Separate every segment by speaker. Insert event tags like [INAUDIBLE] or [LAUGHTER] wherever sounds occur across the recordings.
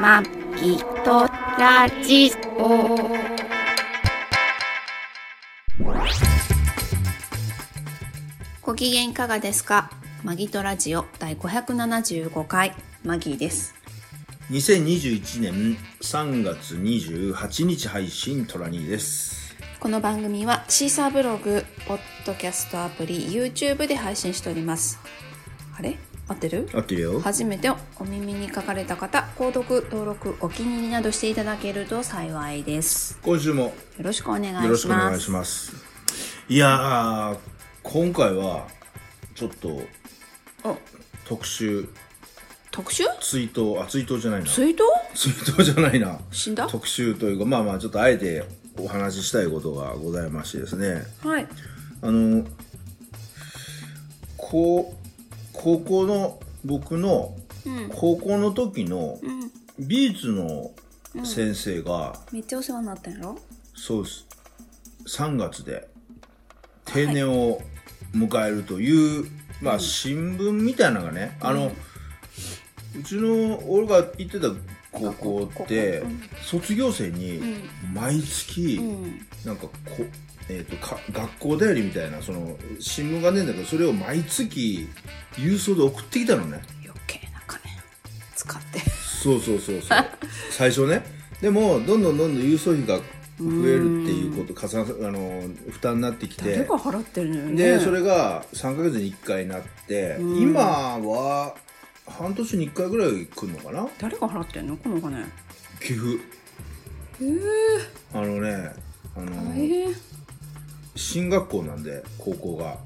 Speaker 1: まきとラジオ。ご機嫌いかがですかマギトラジオ第575回、マギーです。
Speaker 2: 2021年3月28日配信トラニーです
Speaker 1: この番組はシーサーブログ、ポッドキャストアプリ、YouTube で配信しております。あれ合ってる
Speaker 2: 合ってるよ
Speaker 1: 初めてお耳に書かれた方、購読、登録、お気に入りなどしていただけると幸いです。
Speaker 2: 今週も
Speaker 1: よろしくお願いします。
Speaker 2: よろしくお願いしますいやー今回はちょっと
Speaker 1: お
Speaker 2: 特集
Speaker 1: 特集
Speaker 2: 追悼あ追悼じゃないな
Speaker 1: 水筒
Speaker 2: 追悼じゃないな
Speaker 1: 死んだ
Speaker 2: 特集というかまあまあちょっとあえてお話ししたいことがございましてですね
Speaker 1: はい。
Speaker 2: あのこう高校の僕の
Speaker 1: うん。
Speaker 2: 高校の時の
Speaker 1: うん。
Speaker 2: 美術の先生が、
Speaker 1: めっちゃお世話になったんやろ
Speaker 2: そうです3月で定年を迎えるという、まあ新聞みたいなのがね、あのうちの俺が行ってた高校って、
Speaker 1: うん
Speaker 2: 卒業生に毎月、
Speaker 1: うん。
Speaker 2: なんかこえー、とか学校だよりみたいなその新聞がねえんだけどそれを毎月郵送で送ってきたのね
Speaker 1: 余計な金使って。
Speaker 2: そうそうそうそう最初ねでもどんどんどんどん郵送費が増えるっていうこと重なあの負担になってき
Speaker 1: 誰
Speaker 2: て
Speaker 1: が払ってるのよね。
Speaker 2: でそれが3ヶ月に1回になって
Speaker 1: うん
Speaker 2: 今は半年に1回ぐらい来るのかな
Speaker 1: 誰が払ってんのこのお金。え
Speaker 2: 寄付
Speaker 1: え
Speaker 2: あのねあ
Speaker 1: 大
Speaker 2: の
Speaker 1: 変。
Speaker 2: 進学校なんで高校が、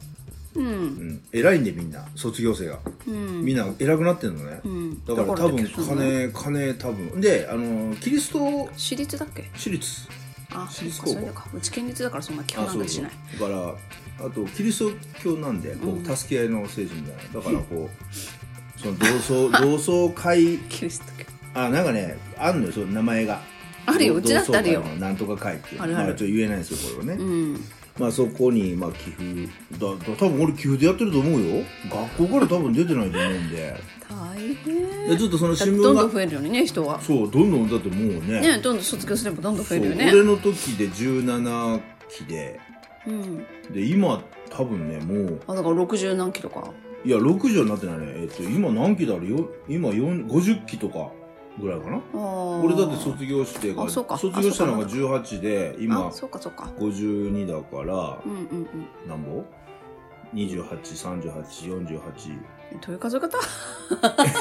Speaker 1: う。
Speaker 2: うんん、偉いんでみんな卒業生が
Speaker 1: うん。
Speaker 2: みんな偉くなってんのね
Speaker 1: うん。
Speaker 2: だから多
Speaker 1: だ
Speaker 2: 分
Speaker 1: からだけど
Speaker 2: 金金多分であのキリスト
Speaker 1: 私立だっけ
Speaker 2: 私立
Speaker 1: あ、そ
Speaker 2: 私
Speaker 1: う
Speaker 2: 立
Speaker 1: か、
Speaker 2: 高校
Speaker 1: それか。うち県立だからそんな基本なんかしない。
Speaker 2: だからあとキリスト教なんでこ
Speaker 1: うん
Speaker 2: う助け合いの精神みたいなだからこうその同窓 [LAUGHS] 同窓会
Speaker 1: キリスト教。
Speaker 2: あなんかねあんのよその名前が
Speaker 1: あるよ、
Speaker 2: 同
Speaker 1: うちだってあるよ
Speaker 2: 同。窓会のなんとか会っていう
Speaker 1: あるある
Speaker 2: まちょっと言えないんですよこれは
Speaker 1: う
Speaker 2: ね、
Speaker 1: ん。
Speaker 2: まあそこにまあ寄付だだ多分俺寄付でやってると思うよ学校から多分出てないと思うんで
Speaker 1: [LAUGHS] 大変。
Speaker 2: でちょっとその
Speaker 1: だ
Speaker 2: 新
Speaker 1: って
Speaker 2: 聞
Speaker 1: どんどん
Speaker 2: が
Speaker 1: 増えるよね、人は。
Speaker 2: そうどんどんだってもうね
Speaker 1: ね、どんどん卒業すればどんどん増
Speaker 2: そう
Speaker 1: えるよね。
Speaker 2: 俺の時で17期で
Speaker 1: うん。
Speaker 2: で今多分ねもう
Speaker 1: あ、だから60何キロか。
Speaker 2: いや、6畳になってないね。えっ、と、今何期だろうよ今4、50期とかぐらいかな。
Speaker 1: 俺
Speaker 2: 俺だって卒業してが、
Speaker 1: あそうか
Speaker 2: 卒業したのが
Speaker 1: あ
Speaker 2: 18で、
Speaker 1: あ
Speaker 2: 今
Speaker 1: そうかそうか
Speaker 2: 52だ
Speaker 1: う、んうん
Speaker 2: から
Speaker 1: うん
Speaker 2: なんぼ ?28、38、48。
Speaker 1: えどういう数え方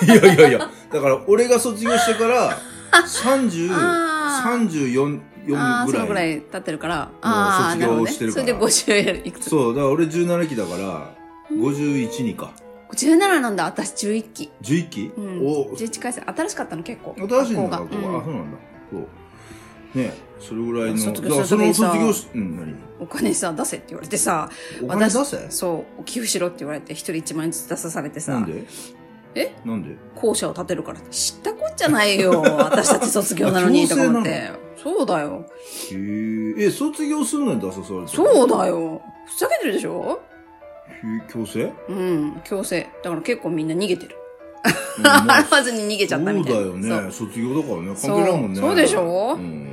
Speaker 2: いやいやいや、だから俺が卒業してから、30、
Speaker 1: [LAUGHS] あー
Speaker 2: 34、
Speaker 1: あー
Speaker 2: 4ぐ
Speaker 1: そのぐ
Speaker 2: ら
Speaker 1: ら
Speaker 2: い。
Speaker 1: い経ってるからああ
Speaker 2: 卒業
Speaker 1: なるほどね
Speaker 2: してる
Speaker 1: そ
Speaker 2: から
Speaker 1: れで50いくつ
Speaker 2: そう、だから俺17期だから、51にか。
Speaker 1: 17なんだ私11期
Speaker 2: 11期、
Speaker 1: うん
Speaker 2: お
Speaker 1: 11回生新しかったの結構
Speaker 2: 新しいんだ
Speaker 1: 学
Speaker 2: 学
Speaker 1: 校
Speaker 2: 校
Speaker 1: が
Speaker 2: が、あそうなんだそうねそれぐらいの
Speaker 1: 卒業
Speaker 2: だから
Speaker 1: した
Speaker 2: そ
Speaker 1: 時に
Speaker 2: の
Speaker 1: さ
Speaker 2: 卒業しうん何
Speaker 1: うんお金さ出せって言われてさ
Speaker 2: お金出
Speaker 1: 私
Speaker 2: せ
Speaker 1: そう寄付しろって言われて一人1万円ずつ出さされて
Speaker 2: な
Speaker 1: さ
Speaker 2: んで
Speaker 1: え
Speaker 2: なんで
Speaker 1: 校舎を建てるからって知ったこっちゃない
Speaker 2: [LAUGHS]
Speaker 1: よ私たち卒業なのに
Speaker 2: あ
Speaker 1: とか
Speaker 2: 強制な
Speaker 1: 思っ
Speaker 2: の
Speaker 1: てそうだよ
Speaker 2: へーえ卒業するのに出さされて
Speaker 1: そうだよふざけてるでしょ
Speaker 2: へー
Speaker 1: [LAUGHS]
Speaker 2: 強制、うん
Speaker 1: うん強制だから結構みんな逃げてる [LAUGHS]
Speaker 2: まあ
Speaker 1: 払わずに逃げちゃったみたいな。
Speaker 2: そうだよね卒業だからね関係
Speaker 1: そう
Speaker 2: ないもんね
Speaker 1: そうでしょ
Speaker 2: うん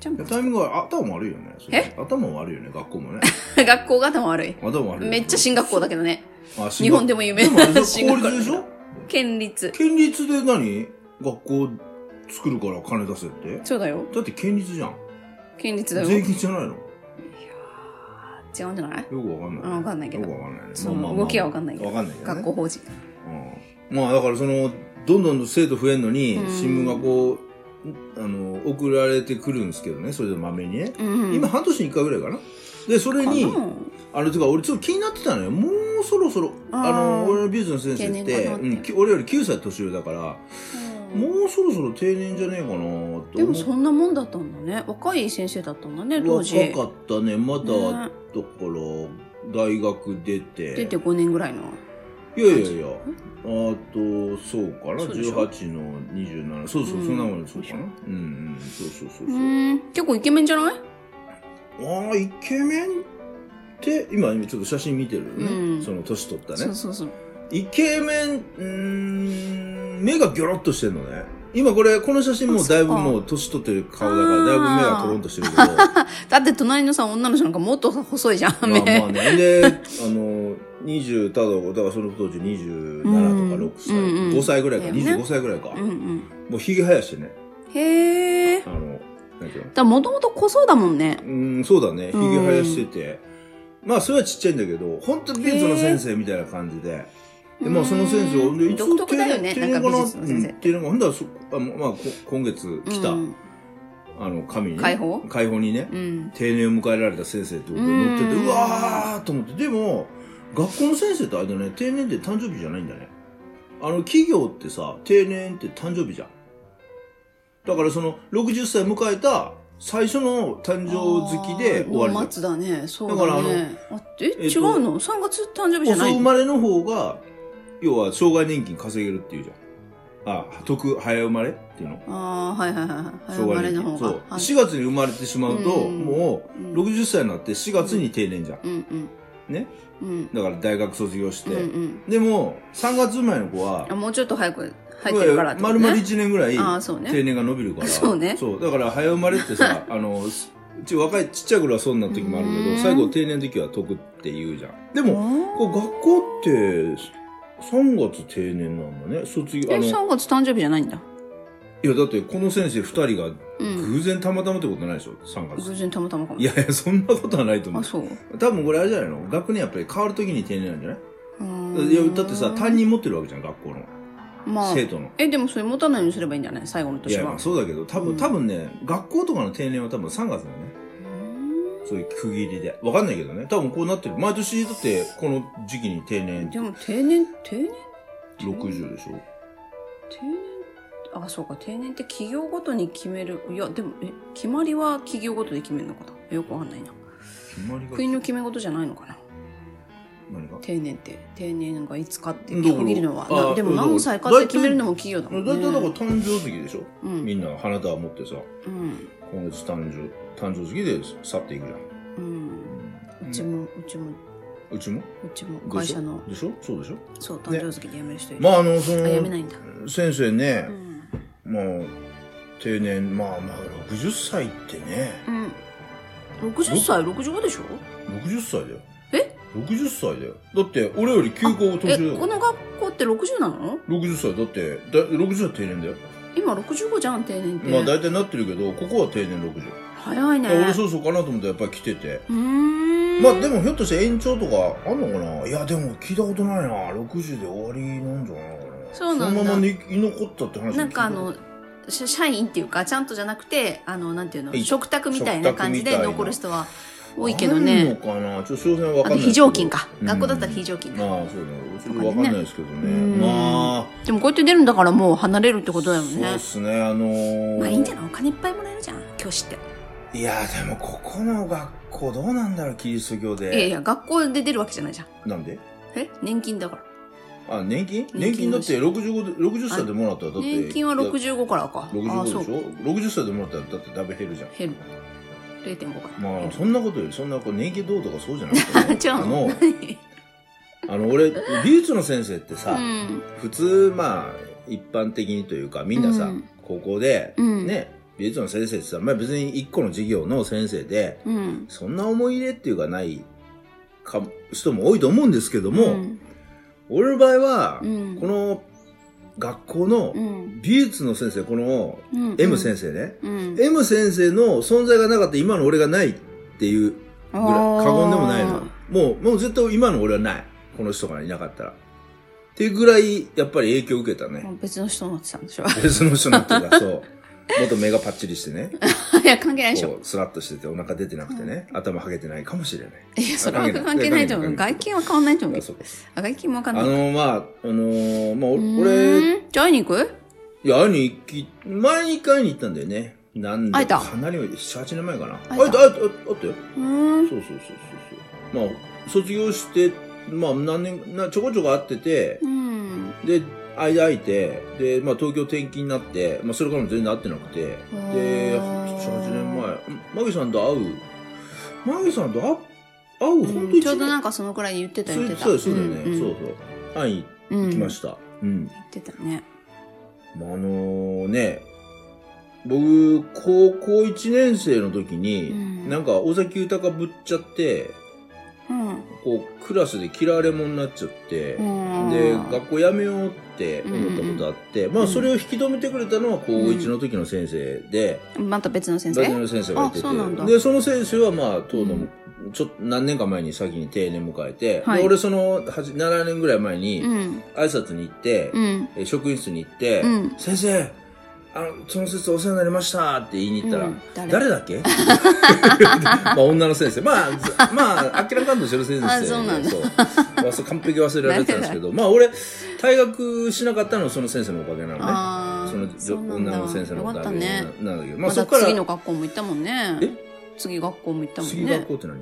Speaker 1: そうめっち
Speaker 2: タイミングは頭悪いよねそれ頭悪いよね学校
Speaker 1: [LAUGHS]
Speaker 2: もね
Speaker 1: ゃ学校が頭悪い。
Speaker 2: 頭悪いよ
Speaker 1: めっちゃ進学校だけどね。
Speaker 2: あ進
Speaker 1: 日本でも有名
Speaker 2: でもあれで
Speaker 1: な
Speaker 2: し
Speaker 1: 進
Speaker 2: ょ
Speaker 1: 学
Speaker 2: 公立でし
Speaker 1: 校
Speaker 2: ょ。
Speaker 1: 県立。
Speaker 2: 県立で何学校作るから金出せって
Speaker 1: そうだよ。
Speaker 2: だって県立じゃん
Speaker 1: 県立だよ。
Speaker 2: 税金じゃないのよ
Speaker 1: 違うんじゃない
Speaker 2: くわかんない、
Speaker 1: うんわかんないけど
Speaker 2: よくわかんないね
Speaker 1: その動きはわかんないけど
Speaker 2: わかんないけど、ね、
Speaker 1: 学校法人。
Speaker 2: うん、まあだからそのどんどん生徒増えるのに
Speaker 1: うん
Speaker 2: 新聞がこうあの送られてくるんですけどねそれでまめにね、
Speaker 1: うん。
Speaker 2: 今半年に1回ぐらいかなでそれに
Speaker 1: かな
Speaker 2: あれとか俺ちょっと気になってたのよもうそろそろ
Speaker 1: あー
Speaker 2: あの俺の美術の先生っ
Speaker 1: 定
Speaker 2: て、
Speaker 1: 年かなって
Speaker 2: うん、き俺より9歳年上だから、
Speaker 1: うん
Speaker 2: もうそろそろ定年じゃねえかなと思って
Speaker 1: でもそんなもんだったんだね。若い先生だったんだね、当時。
Speaker 2: 若かったねま
Speaker 1: ね
Speaker 2: だ、だから大学出て
Speaker 1: 出て5年ぐらいの。
Speaker 2: いやいやいやあとそうかな
Speaker 1: そうでしょ
Speaker 2: 18の27そうそう、
Speaker 1: うん
Speaker 2: そんなもんそうかなうんうんそうそうそう
Speaker 1: う
Speaker 2: そう、
Speaker 1: ん。結構イケメンじゃない
Speaker 2: ああイケメンって今今ちょっと写真見てるよね、
Speaker 1: うん
Speaker 2: その年取った
Speaker 1: そ
Speaker 2: ね
Speaker 1: うそうそう。
Speaker 2: イケメンうーん目がギョロッとしてんのね今これこの写真もうだいぶ
Speaker 1: あそっか
Speaker 2: もう年取ってる顔だからだいぶ目がトロンとしてる
Speaker 1: [LAUGHS]
Speaker 2: けどま
Speaker 1: だって隣のさ、女の人なんかもっとさ細いじゃん、目。
Speaker 2: あまあねであの20ただだからその当時27とか6歳、
Speaker 1: うんうん
Speaker 2: 5歳ぐらいか
Speaker 1: だよね
Speaker 2: 25歳ぐらいか、
Speaker 1: [LAUGHS] うんうん。
Speaker 2: もうひげ生やしてね
Speaker 1: へえ。だ
Speaker 2: あ
Speaker 1: か
Speaker 2: のなんていうの
Speaker 1: らもともと濃そうだもんね。
Speaker 2: うんそうだねひげ
Speaker 1: うん
Speaker 2: 生やしてて、まあそれはちっちゃいんだけど本当に美術の先生みたいな感じで。でまあ、その先生、
Speaker 1: うん
Speaker 2: 俺
Speaker 1: 独特だよね、
Speaker 2: 定
Speaker 1: なんか
Speaker 2: 年定
Speaker 1: 美
Speaker 2: 年後
Speaker 1: 術の先
Speaker 2: うん
Speaker 1: 生。
Speaker 2: 定年後ほんだらそあ、まあ、こ今月来た、
Speaker 1: うん
Speaker 2: あの、紙に。
Speaker 1: 解放
Speaker 2: 解放にね、
Speaker 1: うん。
Speaker 2: 定年を迎えられた先生ってことで載ってて、
Speaker 1: うん
Speaker 2: うわーと思って。でも、学校の先生ってあれだね、定年って誕生日じゃないんだね。あの、企業ってさ、定年って誕生日じゃん。だからその、60歳迎えた最初の誕生月で終わ
Speaker 1: あー
Speaker 2: りじゃん
Speaker 1: 松だね、そう
Speaker 2: だから
Speaker 1: だ
Speaker 2: あの
Speaker 1: ね。あえ、
Speaker 2: えっ
Speaker 1: 違
Speaker 2: と
Speaker 1: うの ?3 月誕生日じゃ
Speaker 2: 遅
Speaker 1: ない
Speaker 2: 生
Speaker 1: の
Speaker 2: まれの方が、要は障害年金稼げるっていうじゃん。あ、特、早生まれっていうの
Speaker 1: ああ、はいはいはいはい。早
Speaker 2: 障
Speaker 1: 生ま
Speaker 2: 害
Speaker 1: れ
Speaker 2: 年
Speaker 1: の方が。
Speaker 2: 金。そう。
Speaker 1: はい
Speaker 2: 4月に生まれてしまうと、
Speaker 1: うん
Speaker 2: も
Speaker 1: う
Speaker 2: うん60歳になって4月に定年じゃん。
Speaker 1: うんうん。
Speaker 2: ね。
Speaker 1: うん。
Speaker 2: だから大学卒業して。
Speaker 1: うんうん。
Speaker 2: でも、3月生まれの子は
Speaker 1: あ、もうちょっと早く入ってるからってこと
Speaker 2: 丸
Speaker 1: ね。
Speaker 2: 々1年ぐらい
Speaker 1: ああ、そうね。
Speaker 2: 定年が伸びるから。
Speaker 1: そうね
Speaker 2: だから早生まれっ
Speaker 1: [LAUGHS]
Speaker 2: てさ、あの、すち若い、ちっちゃい頃はそんな時もあるけ
Speaker 1: う
Speaker 2: ど、
Speaker 1: ん
Speaker 2: 最後定年の時は得って言うじゃん。で
Speaker 1: あ
Speaker 2: も、
Speaker 1: ー
Speaker 2: こう学校って3月定年なんだね卒業あ
Speaker 1: え、
Speaker 2: のい
Speaker 1: 3月誕生日じゃないんだ。
Speaker 2: やだってこの先生2人が
Speaker 1: うん。
Speaker 2: 偶然たまたまってことないでしょ3月
Speaker 1: 偶然たまたまかも
Speaker 2: い。やいやそんなことはないと思
Speaker 1: あ、そう。
Speaker 2: う多分これあれじゃないの学年やっぱり変わるときに定年なんじゃないう
Speaker 1: ーん
Speaker 2: いやだってさ担任持ってるわけじゃん学校の、
Speaker 1: まあ、
Speaker 2: 生徒の
Speaker 1: え、でもそれ持たないようにすればいいんじゃない最後の
Speaker 2: い
Speaker 1: 年
Speaker 2: や
Speaker 1: は。
Speaker 2: まあそうだけど多分、
Speaker 1: うん
Speaker 2: 多分ね学校とかの定年は多分3月だよね
Speaker 1: う
Speaker 2: そういう区切りでわかんないけどね多分こうなってる毎年だってこの時期に定
Speaker 1: ーん
Speaker 2: 年
Speaker 1: でも定年、定年
Speaker 2: 60でしょ
Speaker 1: 定年あそうか定年って企業ごとに決めるいやでもえ決まりは企業ごとで決めるのかなよくわかんないな
Speaker 2: 決まりが
Speaker 1: 国の決め事じゃないのかな
Speaker 2: 何が
Speaker 1: 定年って定年がいつかって
Speaker 2: だから
Speaker 1: 区切るのは
Speaker 2: あ
Speaker 1: なでも
Speaker 2: だから
Speaker 1: 何歳かって決めるのも企業だも
Speaker 2: 大
Speaker 1: んね
Speaker 2: 体だから誕生月でしょ
Speaker 1: う
Speaker 2: み
Speaker 1: ん
Speaker 2: んな花束持ってさ
Speaker 1: うん
Speaker 2: 今月誕生誕生月で去っていくじゃん
Speaker 1: うんうちもうちも
Speaker 2: うちも
Speaker 1: うちも
Speaker 2: でしょ
Speaker 1: 会社の
Speaker 2: でしょそうでしょ
Speaker 1: そう誕生月で辞める人いる、
Speaker 2: まああのそ
Speaker 1: あ辞め
Speaker 2: の
Speaker 1: ないんだ、
Speaker 2: 先生ね
Speaker 1: う、ん
Speaker 2: もう定年まあまあ60歳ってね
Speaker 1: うん、60歳65でしょ
Speaker 2: 60歳だよ
Speaker 1: え
Speaker 2: 60歳だよだって俺より9個
Speaker 1: え
Speaker 2: 年上
Speaker 1: こ
Speaker 2: だ
Speaker 1: の
Speaker 2: よ
Speaker 1: 学校って60なの
Speaker 2: 60歳だってだ60歳定年だよ、
Speaker 1: 今65じゃん定年って、
Speaker 2: まあ大体なってるけどここは定年60、
Speaker 1: 早いね
Speaker 2: だから俺そうそうかなと思ったらやっぱり来てて
Speaker 1: うーん
Speaker 2: まあでもひょっとして延長とかあんのかないやでも聞いたことないな60で終わりなんじゃないのかな
Speaker 1: そうなんだ
Speaker 2: そのまま生き残ったって話も聞いた
Speaker 1: なんかあの社社員っていうかちゃんとじゃなくてあのなんていうの
Speaker 2: はい
Speaker 1: 食卓みたいな感じで
Speaker 2: 食卓みたいな
Speaker 1: 残る人は多いけどね
Speaker 2: あるのかなちょっと詳細は分か
Speaker 1: あ
Speaker 2: んな
Speaker 1: と
Speaker 2: い
Speaker 1: 非常勤か、
Speaker 2: うん
Speaker 1: 学校だったら非常勤だ、
Speaker 2: まあそうねちょっと分かんないですけどね
Speaker 1: うん
Speaker 2: まあ
Speaker 1: でもこうやって出るんだからもう離れるってことだよ
Speaker 2: そう
Speaker 1: ね
Speaker 2: っすねあのー
Speaker 1: まあいいんじゃないお金いっぱいもらえるじゃん教師って
Speaker 2: いやでもここの学校どうなんだろうキリスト教で
Speaker 1: いやいや学校で出るわけじゃないじゃん
Speaker 2: なんで
Speaker 1: え年金だから
Speaker 2: あ年金
Speaker 1: 年
Speaker 2: 年
Speaker 1: 金
Speaker 2: 金だ
Speaker 1: の
Speaker 2: って65で60歳でもらったらだって
Speaker 1: 年金は65からかあ
Speaker 2: 65
Speaker 1: あ
Speaker 2: でし
Speaker 1: そ
Speaker 2: ょ
Speaker 1: う減
Speaker 2: 60歳でもらったらだってだいぶ減るじゃん
Speaker 1: る0.5から、
Speaker 2: まあ
Speaker 1: 減る
Speaker 2: そんなことよりそんなこう年金どうとかそうじゃなくて
Speaker 1: 違う
Speaker 2: あの
Speaker 1: の
Speaker 2: あの俺美術の先生ってさ、
Speaker 1: うん
Speaker 2: 普通まあ一般的にというかみんなさ、
Speaker 1: うん
Speaker 2: 高校で、
Speaker 1: うん
Speaker 2: ね美術の先生ってさ、まあ、別に一個の授業の先生で
Speaker 1: うん
Speaker 2: そんな思い入れっていうかないか人も多いと思うんですけども、
Speaker 1: うん
Speaker 2: 俺の場合は、
Speaker 1: うん
Speaker 2: この学校の
Speaker 1: うん
Speaker 2: 美術の先生この M 先生ね、
Speaker 1: 生、うん、
Speaker 2: M 先生の存在がなかったら今の俺がないっていうぐらい過言でもないのもうもう絶対今の俺はないこの人がいなかったらっていうぐらいやっぱり影響を受けたね
Speaker 1: もう別の人になってたんでしょ [LAUGHS]
Speaker 2: 別の人になってたそうもっと目がパッチリしてね
Speaker 1: いや関係ないでしょ
Speaker 2: こうスラッとしててお腹出てなくてね、頭はげてないかもしれない
Speaker 1: いやそれは
Speaker 2: 関係ない
Speaker 1: 関係ないと思う
Speaker 2: 関
Speaker 1: 外見は変わんないと思う
Speaker 2: あそうかそう
Speaker 1: あ外見もわかん
Speaker 2: か
Speaker 1: な
Speaker 2: あ
Speaker 1: い
Speaker 2: のまああのーまあ
Speaker 1: う
Speaker 2: お俺
Speaker 1: ーんじゃあ会いに行く
Speaker 2: いや会いに行き前に一回会いに行ったんだよねなん
Speaker 1: 会え
Speaker 2: で
Speaker 1: た
Speaker 2: かなり78年前かな
Speaker 1: 会えた
Speaker 2: 会えた会えた会ったよ
Speaker 1: うーん
Speaker 2: そうそうそうそうそう。まあ、卒業して、まあ、何年、なちょこちょこ会ってて
Speaker 1: う、ん
Speaker 2: で、間空いて、で、まあ、東京転勤になって、まあ、それからも全然会ってなくて、で、7、8年前、マギさんと会う、マギさんと会う、会う、ほんと
Speaker 1: うん
Speaker 2: 一年
Speaker 1: ちょうどなんかそのくらいに言ってた
Speaker 2: そ
Speaker 1: 言っ
Speaker 2: う
Speaker 1: てた
Speaker 2: そうそうだよね、
Speaker 1: んん
Speaker 2: そうそう。会いに
Speaker 1: うん
Speaker 2: 行きました。う
Speaker 1: 言
Speaker 2: ん。
Speaker 1: ってたね
Speaker 2: まああのね僕高校1年生の時に、
Speaker 1: うん
Speaker 2: なんか尾崎豊ぶっちゃって
Speaker 1: うん。
Speaker 2: こうクラスで嫌われ者になっちゃって、
Speaker 1: うん
Speaker 2: で学校辞めようって思ったことあって、ま
Speaker 1: う
Speaker 2: あ
Speaker 1: ん
Speaker 2: それを引き止めてくれたのは高1の時の先生で、
Speaker 1: また別の先
Speaker 2: 大
Speaker 1: 生
Speaker 2: 学の先生がいて
Speaker 1: あそうなんだ
Speaker 2: てでその先生はまあ当
Speaker 1: う
Speaker 2: の
Speaker 1: ん
Speaker 2: ちょっと何年か前に先に定年迎えて、
Speaker 1: はい
Speaker 2: で俺その8 7年ぐらい前に
Speaker 1: うん。
Speaker 2: 挨拶に行って、
Speaker 1: うん。
Speaker 2: え職員室に行って「
Speaker 1: うん
Speaker 2: 先生あのその説お世話になりました」って言いに行ったら
Speaker 1: う
Speaker 2: 「
Speaker 1: ん誰
Speaker 2: 誰だっけ [LAUGHS] まあ女の先生まあずまあ明らかんとしてる先生
Speaker 1: あそうなんだ
Speaker 2: そうまあそう完璧忘れられてたんですけどまあ俺退学しなかったのはその先生のおかげなのね
Speaker 1: ああ。
Speaker 2: その女
Speaker 1: うなんだ
Speaker 2: 女の先生の
Speaker 1: よ
Speaker 2: お
Speaker 1: かっ
Speaker 2: か
Speaker 1: た
Speaker 2: げ
Speaker 1: ね
Speaker 2: な。なんだけど、ま
Speaker 1: ま
Speaker 2: あ、そ
Speaker 1: た
Speaker 2: こから
Speaker 1: 次の学校も行ったもんね。次学校も行ったもん
Speaker 2: 次
Speaker 1: ね
Speaker 2: 学。校って何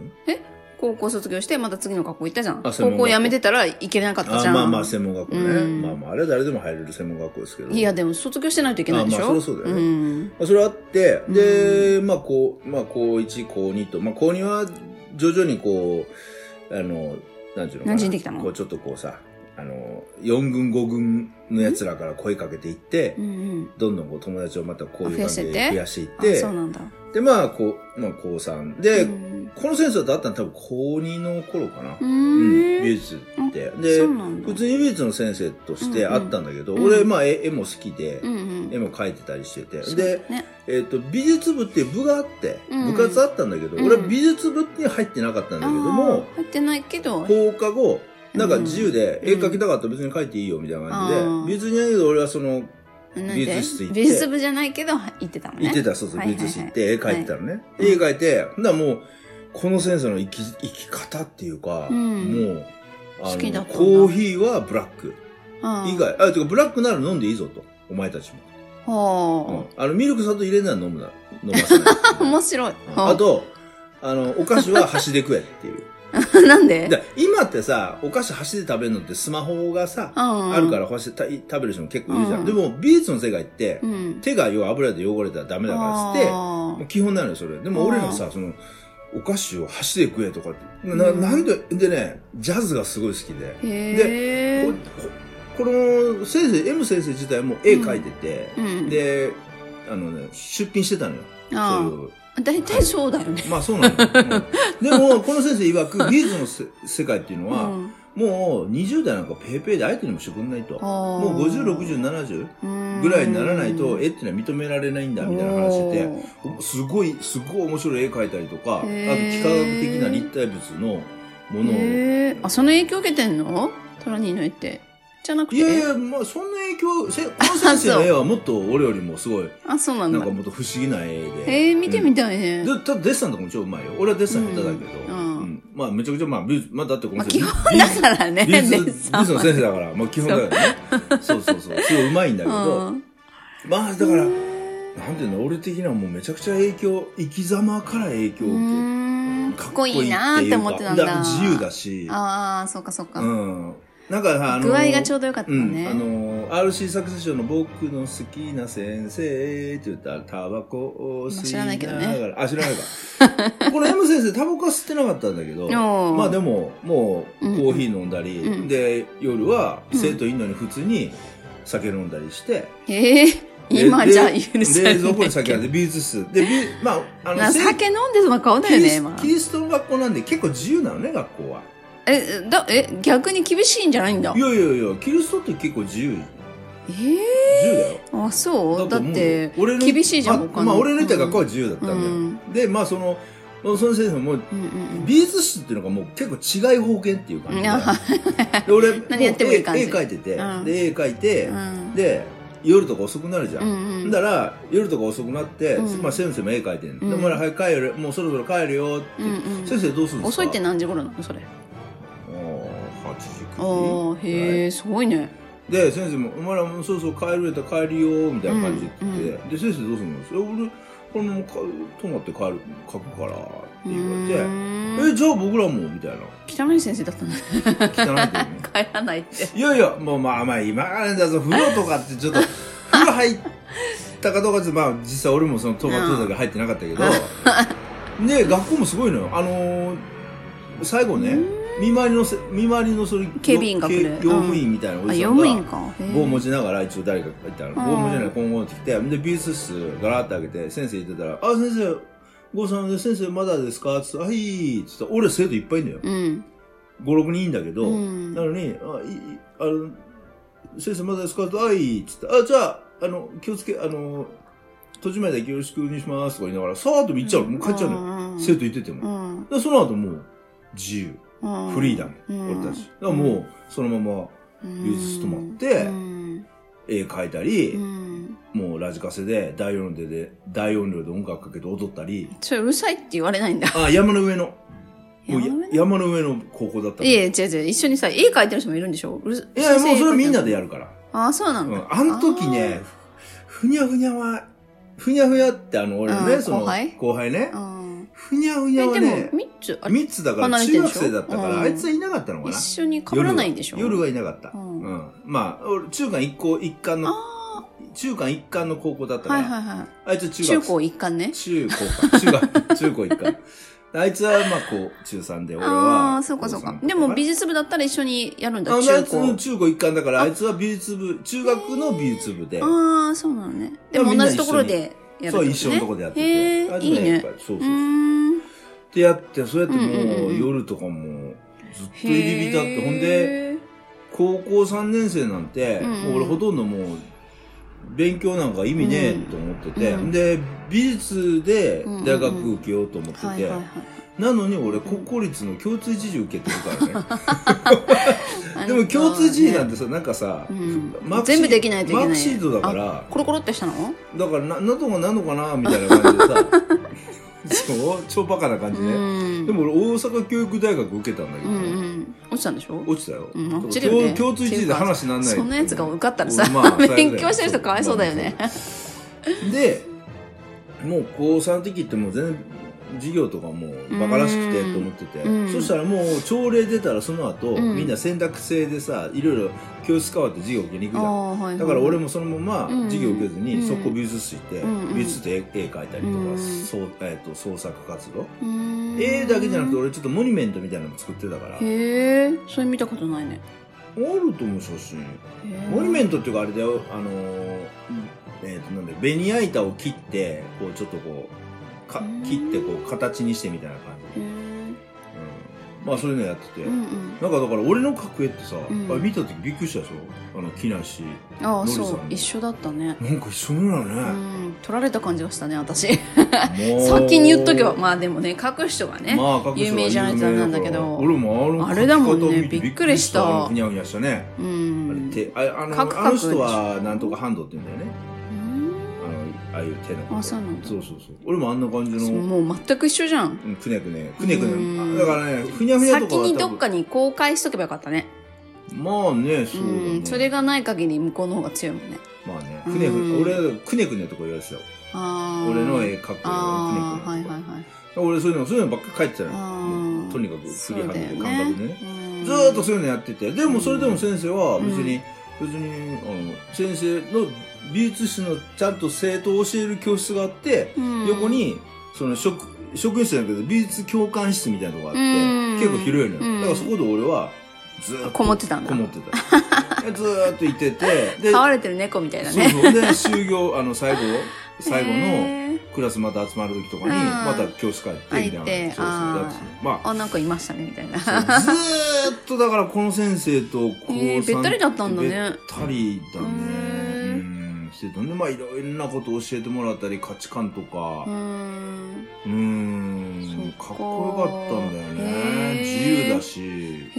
Speaker 1: 高校卒業してまた次の学校行ったじゃん。
Speaker 2: あ
Speaker 1: 高
Speaker 2: 専門学校
Speaker 1: 校辞めてたら行けなかった
Speaker 2: あ
Speaker 1: じゃん。
Speaker 2: まあまあ専門学校ね、
Speaker 1: うん
Speaker 2: まあまああれは誰でも入れる専門学校ですけど
Speaker 1: いやでも卒業してないといけないでしょ。
Speaker 2: あまあそりゃそうだよね
Speaker 1: ん。
Speaker 2: まあ、それあって、で、まあ、こう、まあ、高1、高2と、まあ、高2は徐々にこう、あの、なんていうのかな。
Speaker 1: 馴染んできたの
Speaker 2: こう、ちょっとこうさ、あの、4軍、5軍の奴らから声かけていって
Speaker 1: うん、うん。
Speaker 2: どんどんこう友達をまたこういう
Speaker 1: あ
Speaker 2: 関
Speaker 1: 増やしてって
Speaker 2: 係で増やしてい
Speaker 1: あ
Speaker 2: って
Speaker 1: そう、なんだ。
Speaker 2: で、まあ、こう、まあ、高3。で、
Speaker 1: うん
Speaker 2: この先生だったの多分高2の頃かな。
Speaker 1: う
Speaker 2: うん、美
Speaker 1: ん。
Speaker 2: 術って。で
Speaker 1: そう、なんだ
Speaker 2: 普。通に美術の先生としてあったんだけど、
Speaker 1: うんうん
Speaker 2: 俺、まあ、絵絵も好きで、
Speaker 1: うんうん。
Speaker 2: 絵も描いてたりしてて。
Speaker 1: そうだ
Speaker 2: で
Speaker 1: よ、ね、
Speaker 2: えっと美術部っていう部があって、
Speaker 1: うん
Speaker 2: 部活あったんだけど、
Speaker 1: うん
Speaker 2: 俺は美術部に入ってなかったんだけど
Speaker 1: あ
Speaker 2: も
Speaker 1: ー、入ってないけど。
Speaker 2: 放課後なんか
Speaker 1: うん
Speaker 2: 自由で絵描きたかったら別に描いていいよみたいな感じで、
Speaker 1: あー
Speaker 2: 美術にだけど俺はその
Speaker 1: なんで
Speaker 2: 美術室行って
Speaker 1: 美術部じゃないけど行ってたもんね
Speaker 2: 行ってたそうそう
Speaker 1: はいは
Speaker 2: 美
Speaker 1: いはい
Speaker 2: 術行って絵描いてたのね、
Speaker 1: はい
Speaker 2: 絵描いてほんならもうこの先生の生き生き方っていうか、
Speaker 1: うん
Speaker 2: もうあ
Speaker 1: 好きだ
Speaker 2: の
Speaker 1: ったんだ
Speaker 2: コーヒーはブラック
Speaker 1: あー
Speaker 2: 以外あてかブラックなら飲んでいいぞとお前たちも、うん
Speaker 1: は
Speaker 2: あのミルク砂糖入れんなら飲むな飲ま
Speaker 1: [LAUGHS]
Speaker 2: せない
Speaker 1: あ面白い
Speaker 2: あと、あの、お菓子は箸で食えっ
Speaker 1: [LAUGHS]
Speaker 2: ていう。
Speaker 1: あなんで
Speaker 2: で今ってさ、お菓子箸で食べるのってスマホがさ、あ
Speaker 1: あ
Speaker 2: るからら箸でた食べる人も結構いるじゃ。
Speaker 1: うんん
Speaker 2: でも、美術の世界って、
Speaker 1: うん
Speaker 2: 手が要は油で汚れたらダメだからっつって、もう基本なのよ、それ。でも俺らさ、その、お菓子を箸で食えとかって、な
Speaker 1: うん
Speaker 2: なんで、でね、ジャズがすごい好きで、
Speaker 1: てへえ
Speaker 2: こここの先生、M 先生自体も絵描いてて、
Speaker 1: うん
Speaker 2: で、あのね、出品してたのよ。
Speaker 1: あ
Speaker 2: そ
Speaker 1: ー
Speaker 2: ういう
Speaker 1: 大体そうだよね
Speaker 2: まあそうなんだ、うんでも、この先生曰く、美術のせ世界っていうのは、
Speaker 1: うん
Speaker 2: もう20代なんかペーペーで相手にもしてくんないと。も
Speaker 1: あー
Speaker 2: う50、60、70
Speaker 1: うん
Speaker 2: ぐらいにならないと、絵ってのは認められないんだ、みたいな話してて、すごい、すごい面白い絵描いたりとか、あと
Speaker 1: へ
Speaker 2: 幾
Speaker 1: ー
Speaker 2: 何学的な立体物のも
Speaker 1: おー
Speaker 2: のを、
Speaker 1: へえあその影響受けてんのトラニーの絵ってじゃなくて
Speaker 2: いやいや、まあそんな影響、せこの先生の絵はもっと俺よりもすごい、
Speaker 1: あそうなん
Speaker 2: な
Speaker 1: だ
Speaker 2: んかもっと不思議な絵で。
Speaker 1: えー、見てみたい
Speaker 2: で
Speaker 1: ね、
Speaker 2: ただデッサンとかも超うまいよ。俺はデッサン下手だけど、
Speaker 1: うんうん
Speaker 2: うんまあめちゃくちゃ、まあ美術、まあだってこ
Speaker 1: ま
Speaker 2: の
Speaker 1: あ
Speaker 2: 先
Speaker 1: 基
Speaker 2: 生
Speaker 1: 本だからね
Speaker 2: 美術
Speaker 1: デ
Speaker 2: 美
Speaker 1: ッサン
Speaker 2: 術の先生だから、まあ基本だよね。そうそうそう。すごいうまいんだけど、
Speaker 1: うん
Speaker 2: まあだから、なんていうの、俺的にはもうめちゃくちゃ影響、生き様から影響を
Speaker 1: う
Speaker 2: 受
Speaker 1: ーん
Speaker 2: け
Speaker 1: かっこいいなーって思ってたんだ
Speaker 2: から自由だし、
Speaker 1: ああそうかそうか、
Speaker 2: うん。なんかさ、あの、
Speaker 1: 具合がちょうどよかった
Speaker 2: うん、
Speaker 1: ね、
Speaker 2: あの RC サクセションの「僕の好きな先生」って言ったらタバコを吸いながら、
Speaker 1: まあ知らないけど
Speaker 2: あ知らない
Speaker 1: [LAUGHS]
Speaker 2: かこの M 先生タバコは吸ってなかったんだけど
Speaker 1: おー
Speaker 2: まあでももうコーヒー飲んだり、
Speaker 1: うんうん
Speaker 2: で夜は
Speaker 1: うん
Speaker 2: 生徒いんのに普通に酒飲んだりして、
Speaker 1: ええ今
Speaker 2: で
Speaker 1: じゃ許され
Speaker 2: 冷
Speaker 1: な
Speaker 2: 蔵庫
Speaker 1: い
Speaker 2: に酒
Speaker 1: け
Speaker 2: あっ
Speaker 1: ど
Speaker 2: て美術室で美まああ
Speaker 1: な
Speaker 2: せ
Speaker 1: 酒飲んでその顔だよ
Speaker 2: キリ
Speaker 1: ね
Speaker 2: ス
Speaker 1: 今
Speaker 2: キリストの学校なんで結構自由なのね学校は
Speaker 1: えだえ逆に厳しいんじゃないんだ
Speaker 2: いやいやいやキリストって結構自由自
Speaker 1: え
Speaker 2: 由だよ
Speaker 1: えあそうだ
Speaker 2: もう
Speaker 1: って
Speaker 2: 俺の
Speaker 1: 厳しいじゃん
Speaker 2: あ
Speaker 1: 他の
Speaker 2: まあ俺のいた学校は自由だったんだよ、
Speaker 1: うん
Speaker 2: でまあそのその先生ももう
Speaker 1: うんうん
Speaker 2: 美術室っていうのがもう結構違い方言っていう感
Speaker 1: う
Speaker 2: じ
Speaker 1: ん
Speaker 2: で
Speaker 1: あ
Speaker 2: で俺
Speaker 1: 何やってもいい感じ
Speaker 2: 絵絵描いてて、
Speaker 1: うん
Speaker 2: で絵描いて、
Speaker 1: うん
Speaker 2: で夜とか遅くなるじゃ、
Speaker 1: うんんうん
Speaker 2: だから夜とか遅くなって、
Speaker 1: うん
Speaker 2: まあ、先生も絵描いてんの、
Speaker 1: うん
Speaker 2: でも早く帰るもうそろそろ帰るよって、
Speaker 1: うんうん
Speaker 2: 先生どうするんです
Speaker 1: 遅
Speaker 2: か
Speaker 1: いって何時頃なのそれ
Speaker 2: あー8時
Speaker 1: あ
Speaker 2: 9
Speaker 1: ーへえすごいね
Speaker 2: 時で先生も「お前らもうそろそろ帰るよったら帰るよ」みたいな感じで言ってて、で先生どうするんですか俺このままか泊まって帰る書くから」って
Speaker 1: う
Speaker 2: 言われて「
Speaker 1: ーん
Speaker 2: えじゃあ僕らも」みたいな
Speaker 1: 汚い先生だったんだ
Speaker 2: 汚いけどね
Speaker 1: [LAUGHS] 帰らないって
Speaker 2: いやいや、もうまあまあ今からだぞ、風呂とかってちょ
Speaker 1: [LAUGHS]
Speaker 2: っと、風呂入ったかどうかって、まあ実際俺もそのトマトだけ
Speaker 1: [LAUGHS]
Speaker 2: 入ってなかったけど、で、学校もすごいのよ。あのー最後ね、見回りのせ見回りのそれ
Speaker 1: 警備員が来る
Speaker 2: 業業務員みたいなお
Speaker 1: あ
Speaker 2: じさ
Speaker 1: 読
Speaker 2: んが
Speaker 1: むんかへえ
Speaker 2: 棒持ちながら一応誰かがいたら
Speaker 1: ん
Speaker 2: 棒持ちながら今後ってきてで美術室ガラッと開けて先生言ってたら「あ先生郷さんで先生まだですか?」っつって「はい」っつって俺生徒いっぱいいんだよ
Speaker 1: うん
Speaker 2: 56人いんだけど、
Speaker 1: うん
Speaker 2: なのに「あいいあの先生まだですか?」って「はい」っつって「あじゃああの気をつけあの途中までだけよろしくお願いします」とか言いながらさーっと行っちゃうのもう帰っちゃうのよ
Speaker 1: の
Speaker 2: 生徒いてても
Speaker 1: うん
Speaker 2: でその後もう自由
Speaker 1: うん
Speaker 2: フリーダム、
Speaker 1: うん
Speaker 2: 俺たちだからもうそのまま
Speaker 1: 美
Speaker 2: 美術室泊まって
Speaker 1: うん
Speaker 2: 絵描いたり、
Speaker 1: うん
Speaker 2: もうラジカセで大音量で大音量で音楽かけて踊ったり
Speaker 1: それうるさいって言われない
Speaker 2: [LAUGHS]
Speaker 1: んだ
Speaker 2: あ山の上のもうや
Speaker 1: 山の上の
Speaker 2: 山の上の高校だったの
Speaker 1: いやいや違う違う一緒にさ絵描いてる人もいるんでしょうる
Speaker 2: いやもうそれはみんな
Speaker 1: で
Speaker 2: でやるから
Speaker 1: ああそうなん
Speaker 2: う
Speaker 1: だ
Speaker 2: ん、あの時ね、ふふにゃふにゃは、ふにゃふにゃってあの、俺ね、
Speaker 1: うん
Speaker 2: その
Speaker 1: 後輩
Speaker 2: 後輩ね
Speaker 1: う。ん
Speaker 2: ふにゃふに
Speaker 1: え
Speaker 2: ゃは
Speaker 1: で
Speaker 2: ね
Speaker 1: も、ミッツあれ
Speaker 2: 3つだから
Speaker 1: 離れて
Speaker 2: 中
Speaker 1: るで
Speaker 2: 学
Speaker 1: しょ
Speaker 2: 生だったから、
Speaker 1: うん
Speaker 2: あいつはいなかったのかな
Speaker 1: 一。緒に被らないんでしょ
Speaker 2: 夜は夜はいなかった。う
Speaker 1: うん
Speaker 2: ん。まあ、俺中間一高一貫の、
Speaker 1: あ
Speaker 2: 中間一貫の高校だった
Speaker 1: あ
Speaker 2: か
Speaker 1: はい
Speaker 2: ら、
Speaker 1: はいは
Speaker 2: あいつ
Speaker 1: い
Speaker 2: 中
Speaker 1: 中
Speaker 2: 学
Speaker 1: 高一貫ね
Speaker 2: 中高か。中
Speaker 1: [LAUGHS]
Speaker 2: 学、中高一貫。あいつは、まあ、こう、中3で、俺は。
Speaker 1: ああーそうかそうか
Speaker 2: 高三
Speaker 1: でも美
Speaker 2: あ
Speaker 1: 術部だったら一緒にやるんだ
Speaker 2: のあ
Speaker 1: 中
Speaker 2: いつの
Speaker 1: 高
Speaker 2: 中高一貫だから、あいつは美術部、中学の美術部で。
Speaker 1: ああそうなのねで
Speaker 2: まあ
Speaker 1: も
Speaker 2: みんな
Speaker 1: 同
Speaker 2: 一
Speaker 1: じ
Speaker 2: 緒に
Speaker 1: ところでやるってこ
Speaker 2: そう、
Speaker 1: とね
Speaker 2: 一緒のとこでやって
Speaker 1: へ
Speaker 2: て。
Speaker 1: え
Speaker 2: あと
Speaker 1: いいね
Speaker 2: ぱりそうそ
Speaker 1: う
Speaker 2: うそう。っ
Speaker 1: ーん
Speaker 2: てやって、そうやっても
Speaker 1: うんうんうんう
Speaker 2: う、
Speaker 1: ん
Speaker 2: 夜とかも、ずっと
Speaker 1: へ
Speaker 2: 入り浸って、ほんで、
Speaker 1: え
Speaker 2: 高校3年生なんて、
Speaker 1: うんうん
Speaker 2: もう俺ほとんどもう、勉強なんか意味ねえと思ってて、
Speaker 1: うんうん
Speaker 2: で、美術で
Speaker 1: うんうんうん
Speaker 2: 大学受けようと思ってて、
Speaker 1: はいはいはい
Speaker 2: なのに俺、国公立の共通一時受けてる
Speaker 1: [LAUGHS]
Speaker 2: からね。
Speaker 1: あの
Speaker 2: でも共通一時なん
Speaker 1: ね
Speaker 2: てさ、なんかさ、
Speaker 1: うん
Speaker 2: マークシー
Speaker 1: 全部できないといけない
Speaker 2: マークシートだから、
Speaker 1: コロコロってしたの
Speaker 2: だからな、なんとかなんのかな、みたいな感じでさ、 [LAUGHS] そう、超バカな感じね。
Speaker 1: うん
Speaker 2: でも俺大阪教育大学受けたんだけ
Speaker 1: う
Speaker 2: ど、
Speaker 1: んうん落ちたんでしょ
Speaker 2: 落ちたよ,、
Speaker 1: うん落ちるよね
Speaker 2: 共共通一時で話にならない
Speaker 1: そんなやつが受かったらさ、
Speaker 2: まあ
Speaker 1: [LAUGHS] 勉強してる人かわいそうだよね、
Speaker 2: まあそうでもう高3の時ってもう全然授業とかもうバカらしくてと思ってて、
Speaker 1: うん
Speaker 2: そしたらもう朝礼出たらその後、
Speaker 1: うん
Speaker 2: みんな選択制でさいろいろ教室変わって授業受けに行くじゃん
Speaker 1: あーはいはい
Speaker 2: だから俺もそのま
Speaker 1: うん
Speaker 2: ま授業受けず
Speaker 1: う
Speaker 2: に
Speaker 1: ん
Speaker 2: 速攻美術室行って、
Speaker 1: うん
Speaker 2: 美術で絵絵描いたりとか、
Speaker 1: うん
Speaker 2: そうえー、と創作活動、
Speaker 1: うーん
Speaker 2: 絵だけじゃなくて俺ちょっとモニュメントみたいなのも作ってたからある
Speaker 1: へえそれ見たことないね
Speaker 2: と思う写真モニュメントっていうかあれだよあのーえっ、となんだよベニヤ板を切ってこうちょっとこうか
Speaker 1: うん
Speaker 2: 切ってこう形にしてみたいな感じ、
Speaker 1: へえ
Speaker 2: うん、まあそういうのやってて、
Speaker 1: うんうん
Speaker 2: なんかだから俺の格絵ってさ、
Speaker 1: ん
Speaker 2: あれ見た時びっくりしたでしょあの木梨
Speaker 1: ああ
Speaker 2: ノリさん
Speaker 1: そう一緒だったね
Speaker 2: なんか一緒な
Speaker 1: う
Speaker 2: のね、
Speaker 1: ん取られた感じがしたね
Speaker 2: [LAUGHS]
Speaker 1: 私
Speaker 2: もう
Speaker 1: 先に言っとけばまあでもね書く人がね、
Speaker 2: まあ各所
Speaker 1: 有名じゃないとあれなんだけど
Speaker 2: 有名から俺もあの
Speaker 1: あれだもんね
Speaker 2: 書き方を見て
Speaker 1: びっくりした
Speaker 2: あのふにゃふにゃしたね
Speaker 1: う
Speaker 2: あれ
Speaker 1: ん
Speaker 2: 手ああの
Speaker 1: カクカク
Speaker 2: あの人はなんとかハンドって言うんだよね
Speaker 1: うん
Speaker 2: あのああいう手のこと
Speaker 1: あそうなんだ
Speaker 2: そうそうそう俺もあんな感じのうん
Speaker 1: もう全く一緒じゃん
Speaker 2: くねくねくねく
Speaker 1: う
Speaker 2: ね
Speaker 1: ん
Speaker 2: だからねふにゃふにゃとか
Speaker 1: 先
Speaker 2: は
Speaker 1: に
Speaker 2: 多
Speaker 1: ど
Speaker 2: 分
Speaker 1: っかに公開しとけばよかったね
Speaker 2: まあねそうだ
Speaker 1: う
Speaker 2: ね
Speaker 1: んそれがない限り向こうの方が強いもんね
Speaker 2: まあねくね
Speaker 1: うん
Speaker 2: く俺くねくねとか言われてたよ
Speaker 1: ああ
Speaker 2: 俺の絵描くよくねくね
Speaker 1: ああはい
Speaker 2: と
Speaker 1: はい
Speaker 2: か
Speaker 1: はい
Speaker 2: 俺そういうのそういうのばっかり描いてた
Speaker 1: あ
Speaker 2: の
Speaker 1: ー
Speaker 2: とにかく振り
Speaker 1: そうだ
Speaker 2: はめ
Speaker 1: よ
Speaker 2: て
Speaker 1: ね
Speaker 2: 感覚でね
Speaker 1: うん
Speaker 2: ずーっとそういうのやっててでもそれでも先生は別に、別にあの先生の美術室のちゃんと生徒を教える教室があって、
Speaker 1: うん
Speaker 2: 横にその職職員室なんだけど美術教官室みたいなとこがあって、
Speaker 1: うん
Speaker 2: 結構広いのよ、
Speaker 1: うん
Speaker 2: だからそこで俺はずーっと
Speaker 1: こもってたんだ
Speaker 2: こもってたでずーっといてて
Speaker 1: [LAUGHS]
Speaker 2: で
Speaker 1: 飼われてる猫みたいなね
Speaker 2: そうそうで終業あの最後最後の
Speaker 1: へー
Speaker 2: クラスまた集まる時とか
Speaker 1: う
Speaker 2: に、
Speaker 1: ん
Speaker 2: また教室帰ってみたい
Speaker 1: 入っ
Speaker 2: な
Speaker 1: て
Speaker 2: そうそう
Speaker 1: あ
Speaker 2: まあ
Speaker 1: あなんかいましたねみた
Speaker 2: [LAUGHS]
Speaker 1: いな
Speaker 2: ずーっとだからこの先生と高三
Speaker 1: えーべったりだったんだね
Speaker 2: べったりだね
Speaker 1: へー
Speaker 2: うんしてたんでまあいろいろなことを教えてもらったり価値観と
Speaker 1: うーん
Speaker 2: かうーん
Speaker 1: そっ
Speaker 2: か
Speaker 1: か
Speaker 2: っこよかったんだよ
Speaker 1: へー
Speaker 2: ね自由だし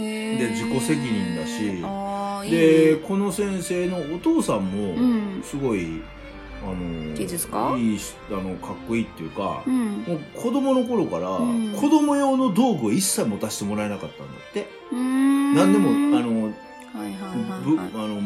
Speaker 1: へー
Speaker 2: で自己責任だし
Speaker 1: あーいい
Speaker 2: でこの先生のお父さん
Speaker 1: う
Speaker 2: も
Speaker 1: ん
Speaker 2: すごいあの
Speaker 1: 芸術家
Speaker 2: いいしあのかっこいいっていうか
Speaker 1: うん
Speaker 2: もう子供の頃から
Speaker 1: うん
Speaker 2: 子供用の道具を一切持たせてもらえなかったんだって
Speaker 1: 何
Speaker 2: 何でもあの
Speaker 1: はいはいはい
Speaker 2: ぶあ
Speaker 1: はい
Speaker 2: の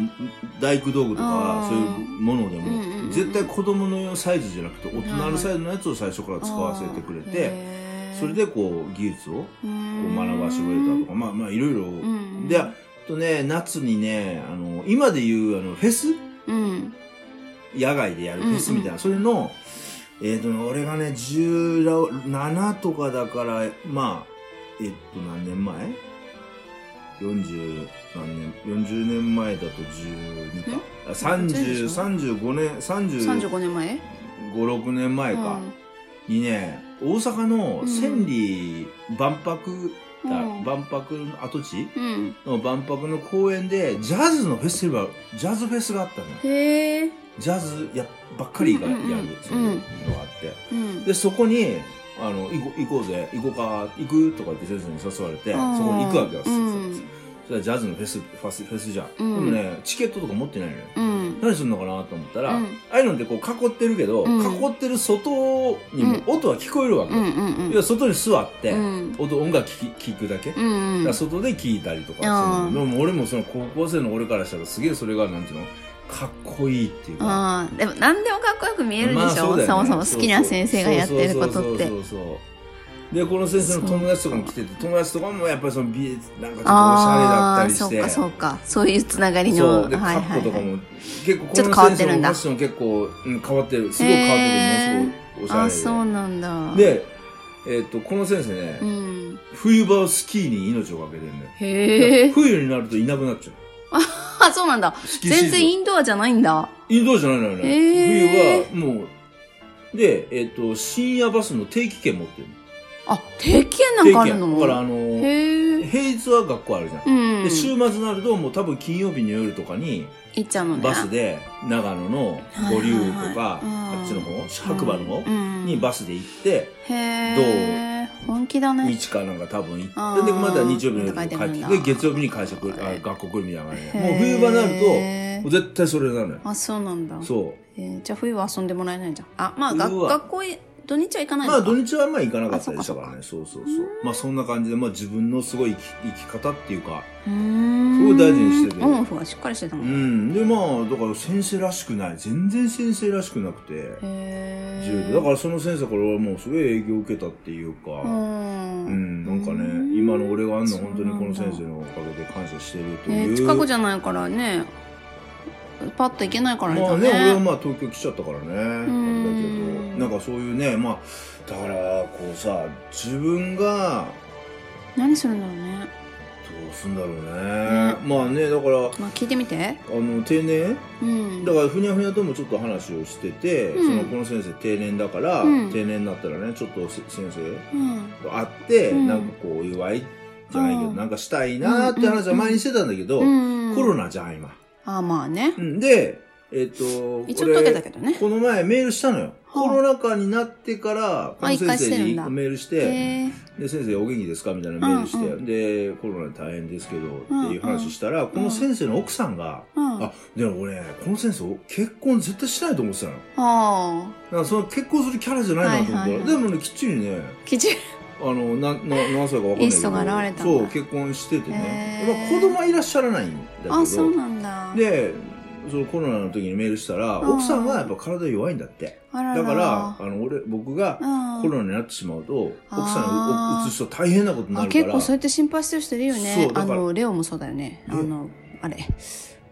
Speaker 2: 大工道具とか
Speaker 1: あー
Speaker 2: そういうもので
Speaker 1: うんうんう
Speaker 2: も
Speaker 1: ん
Speaker 2: 絶対子供のサイズじゃなくて大人のサイズのやつを最初から使わせてくれて
Speaker 1: へー
Speaker 2: それでこう技術をこ
Speaker 1: う
Speaker 2: うん学ばしてくれたとかまあまあいろいろ
Speaker 1: うん
Speaker 2: であとね夏にねあの今でいうあのフェス
Speaker 1: うん
Speaker 2: 野外でやるフェスみたいな、それのえっ、とね俺がね17とかだからまあえっと何年前40何年40年前だと12かあ
Speaker 1: 全然で
Speaker 2: 30
Speaker 1: しょ
Speaker 2: 35年356
Speaker 1: 35年前
Speaker 2: 年前
Speaker 1: う
Speaker 2: か
Speaker 1: ん
Speaker 2: にね大阪の
Speaker 1: うん
Speaker 2: 千里万博だ
Speaker 1: うん
Speaker 2: 万博の跡地
Speaker 1: うん
Speaker 2: の万博の公園でジャズのフェスティバルジャズフェスがあったのよ
Speaker 1: へえ
Speaker 2: ジャズやばっかりがやる
Speaker 1: うんうんうん
Speaker 2: そういうのがあって、でそこにあの行こ行こうぜ行こうか行くとかって先生に誘われて、そこに行くわけよ、
Speaker 1: うん
Speaker 2: それはジャズのフェスファスフェスじゃん、
Speaker 1: うん
Speaker 2: でもねチケットとか持ってないのよ、
Speaker 1: うん
Speaker 2: 何するのかなと思ったら、
Speaker 1: うん
Speaker 2: ああいうのってこう囲ってるけど、
Speaker 1: うん
Speaker 2: 囲ってる外にも音は聞こえるわけ、
Speaker 1: うんうんうん
Speaker 2: いや外に座って、
Speaker 1: うん
Speaker 2: 音音楽聞き聞くだけ、だ
Speaker 1: うんう
Speaker 2: か
Speaker 1: ん
Speaker 2: ら外で聞いたりとか
Speaker 1: あー
Speaker 2: するのでも俺もその高校生の俺からしたらすげえそれがなんていうのかっこいいっていうか、
Speaker 1: あーでも何でもかっこよく見えるで
Speaker 2: まあ
Speaker 1: し
Speaker 2: う
Speaker 1: ょ
Speaker 2: だよね
Speaker 1: そもそも好きな先生がやってることっ
Speaker 2: そ
Speaker 1: て
Speaker 2: うそうそうそうそうでこの先生の友達とかも来てて友達とかもやっぱりその美術なんかちょっとおしゃれだ
Speaker 1: あ
Speaker 2: っ
Speaker 1: あ
Speaker 2: たりし
Speaker 1: そ
Speaker 2: て
Speaker 1: うかそうかそういうつながり
Speaker 2: そ
Speaker 1: の
Speaker 2: うで
Speaker 1: はい
Speaker 2: カ
Speaker 1: は
Speaker 2: ッ
Speaker 1: い
Speaker 2: コとか
Speaker 1: はい
Speaker 2: も結構こ
Speaker 1: ちょっ
Speaker 2: の
Speaker 1: と変わっ
Speaker 2: 先
Speaker 1: て
Speaker 2: 生
Speaker 1: るんだ
Speaker 2: のファッション結構、うん、変わってるすごい変わってるねすごいおしゃれ
Speaker 1: あ
Speaker 2: で
Speaker 1: そうなんだ
Speaker 2: で、えっとこの先生ね、
Speaker 1: うん
Speaker 2: 冬場はスキーに命をかけてるんだよ
Speaker 1: へえ
Speaker 2: 冬になるといなくなっちゃ
Speaker 1: あそうなんだ
Speaker 2: うスキーシー
Speaker 1: 全
Speaker 2: ズン
Speaker 1: 然インドアじゃないんだ
Speaker 2: インドアじゃないのよね、
Speaker 1: へー
Speaker 2: 冬はもうで、えっと深夜バスの定期券持ってる
Speaker 1: あ定期券なんかある
Speaker 2: 定期券だからあ
Speaker 1: の
Speaker 2: の
Speaker 1: へえ
Speaker 2: 平日は学校あるじゃん、
Speaker 1: うん
Speaker 2: で週末になるともう多分金曜日の夜とかに
Speaker 1: 行っちゃうのね
Speaker 2: バスで長野の五竜とか、
Speaker 1: はいはいはいうん
Speaker 2: あっちの方白馬の
Speaker 1: う
Speaker 2: 方、
Speaker 1: ん
Speaker 2: にバスで行って
Speaker 1: へえ本気だね
Speaker 2: 日かなんか多分行
Speaker 1: あ
Speaker 2: っ
Speaker 1: ー
Speaker 2: てでまた日曜日の夜帰って
Speaker 1: 帰ってくるんだ
Speaker 2: きて月曜日に会社来るあ
Speaker 1: へー
Speaker 2: 学校来るみたいな感じでもう
Speaker 1: へ
Speaker 2: 冬
Speaker 1: ー
Speaker 2: 場になるともう絶対それなのよ
Speaker 1: あそうなんだ
Speaker 2: そ
Speaker 1: えーじゃあ冬は遊んでもらえないじゃんあまあが
Speaker 2: 冬は
Speaker 1: 学校へ土日は行か
Speaker 2: う
Speaker 1: ない
Speaker 2: ま
Speaker 1: の
Speaker 2: あ
Speaker 1: か
Speaker 2: 土日はあんまり行かなかったりしたからね
Speaker 1: あ
Speaker 2: そうそうそうまあそんな感じで、まあ、自分のすごい生き生き方っていうか
Speaker 1: うーん
Speaker 2: すごい大事にしてるよ
Speaker 1: うんそうかしっかりしてたも
Speaker 2: うん
Speaker 1: へ
Speaker 2: んでまあだから先生らしくない全然先生らしくなくて
Speaker 1: え
Speaker 2: 自由でだからその先生から俺はもうすごい影響を受けたっていうか、
Speaker 1: う
Speaker 2: うん
Speaker 1: ん
Speaker 2: なんか
Speaker 1: うん
Speaker 2: ね今の俺があんの
Speaker 1: そうな
Speaker 2: 本
Speaker 1: ん
Speaker 2: 当
Speaker 1: だ
Speaker 2: にこの先生のおかげで感謝してると
Speaker 1: ね
Speaker 2: いう、
Speaker 1: 近くじゃないからねパッと行けないからね
Speaker 2: まあ
Speaker 1: だね
Speaker 2: ね俺はまあ東京来ちゃったからね
Speaker 1: ん
Speaker 2: あれだけどなんかそういうねまあだからこうさ自分が
Speaker 1: 何するんだろうね
Speaker 2: どうすんだろうねまあねだから
Speaker 1: まあ聞いてみて
Speaker 2: あの定年
Speaker 1: うん
Speaker 2: だからふにゃふにゃともちょっと話をしてて、
Speaker 1: うん
Speaker 2: そのこの先生定年だから、
Speaker 1: うん
Speaker 2: 定年になったらねちょっとせ先生
Speaker 1: うん
Speaker 2: 会って、
Speaker 1: うん
Speaker 2: なんかこうお祝いじゃないけど、
Speaker 1: うん
Speaker 2: なんかしたいなーって話は前にしてたんだけど、
Speaker 1: うん
Speaker 2: コロナじゃん今、
Speaker 1: あまあね
Speaker 2: うんでえっ、と
Speaker 1: 一
Speaker 2: こ
Speaker 1: 応
Speaker 2: れ
Speaker 1: 解けたけどね
Speaker 2: この前メールしたのよ、
Speaker 1: はあ
Speaker 2: コロナ禍になってからこの
Speaker 1: 一回
Speaker 2: 先
Speaker 1: して
Speaker 2: 生
Speaker 1: るん
Speaker 2: に
Speaker 1: だ
Speaker 2: メールし
Speaker 1: へ
Speaker 2: て
Speaker 1: え
Speaker 2: で先生お元気ですかみたいなメールして、
Speaker 1: うんう
Speaker 2: でコロナで大変ですけどっていう話したら、こ
Speaker 1: う
Speaker 2: の
Speaker 1: ん
Speaker 2: 先生の奥さんが、
Speaker 1: うん
Speaker 2: あでも俺この先生結婚絶対しないと思ってたのだ
Speaker 1: あ
Speaker 2: からその結婚するキャラじゃないなと思ったら、
Speaker 1: はいはいはい
Speaker 2: でもねきっちりね
Speaker 1: あ基準
Speaker 2: あのなな何歳か分かんないけど
Speaker 1: いい人が現れたんだ
Speaker 2: そう結婚しててね
Speaker 1: へー
Speaker 2: まあ子供はいらっしゃらないんだけど
Speaker 1: あそうなんだ
Speaker 2: でそのコロナの時にメールしたら
Speaker 1: うん
Speaker 2: 奥さんはやっぱ体弱いんだって
Speaker 1: あら
Speaker 2: だからあの俺僕が
Speaker 1: うん
Speaker 2: コロナになってしまうと奥さん
Speaker 1: あー
Speaker 2: をうつすと大変なことにな
Speaker 1: あ
Speaker 2: る
Speaker 1: 結
Speaker 2: か
Speaker 1: 構
Speaker 2: ら
Speaker 1: そうやって心配してる人いるよね
Speaker 2: そうだ
Speaker 1: あ
Speaker 2: から
Speaker 1: のレオもそうだよねあのあれ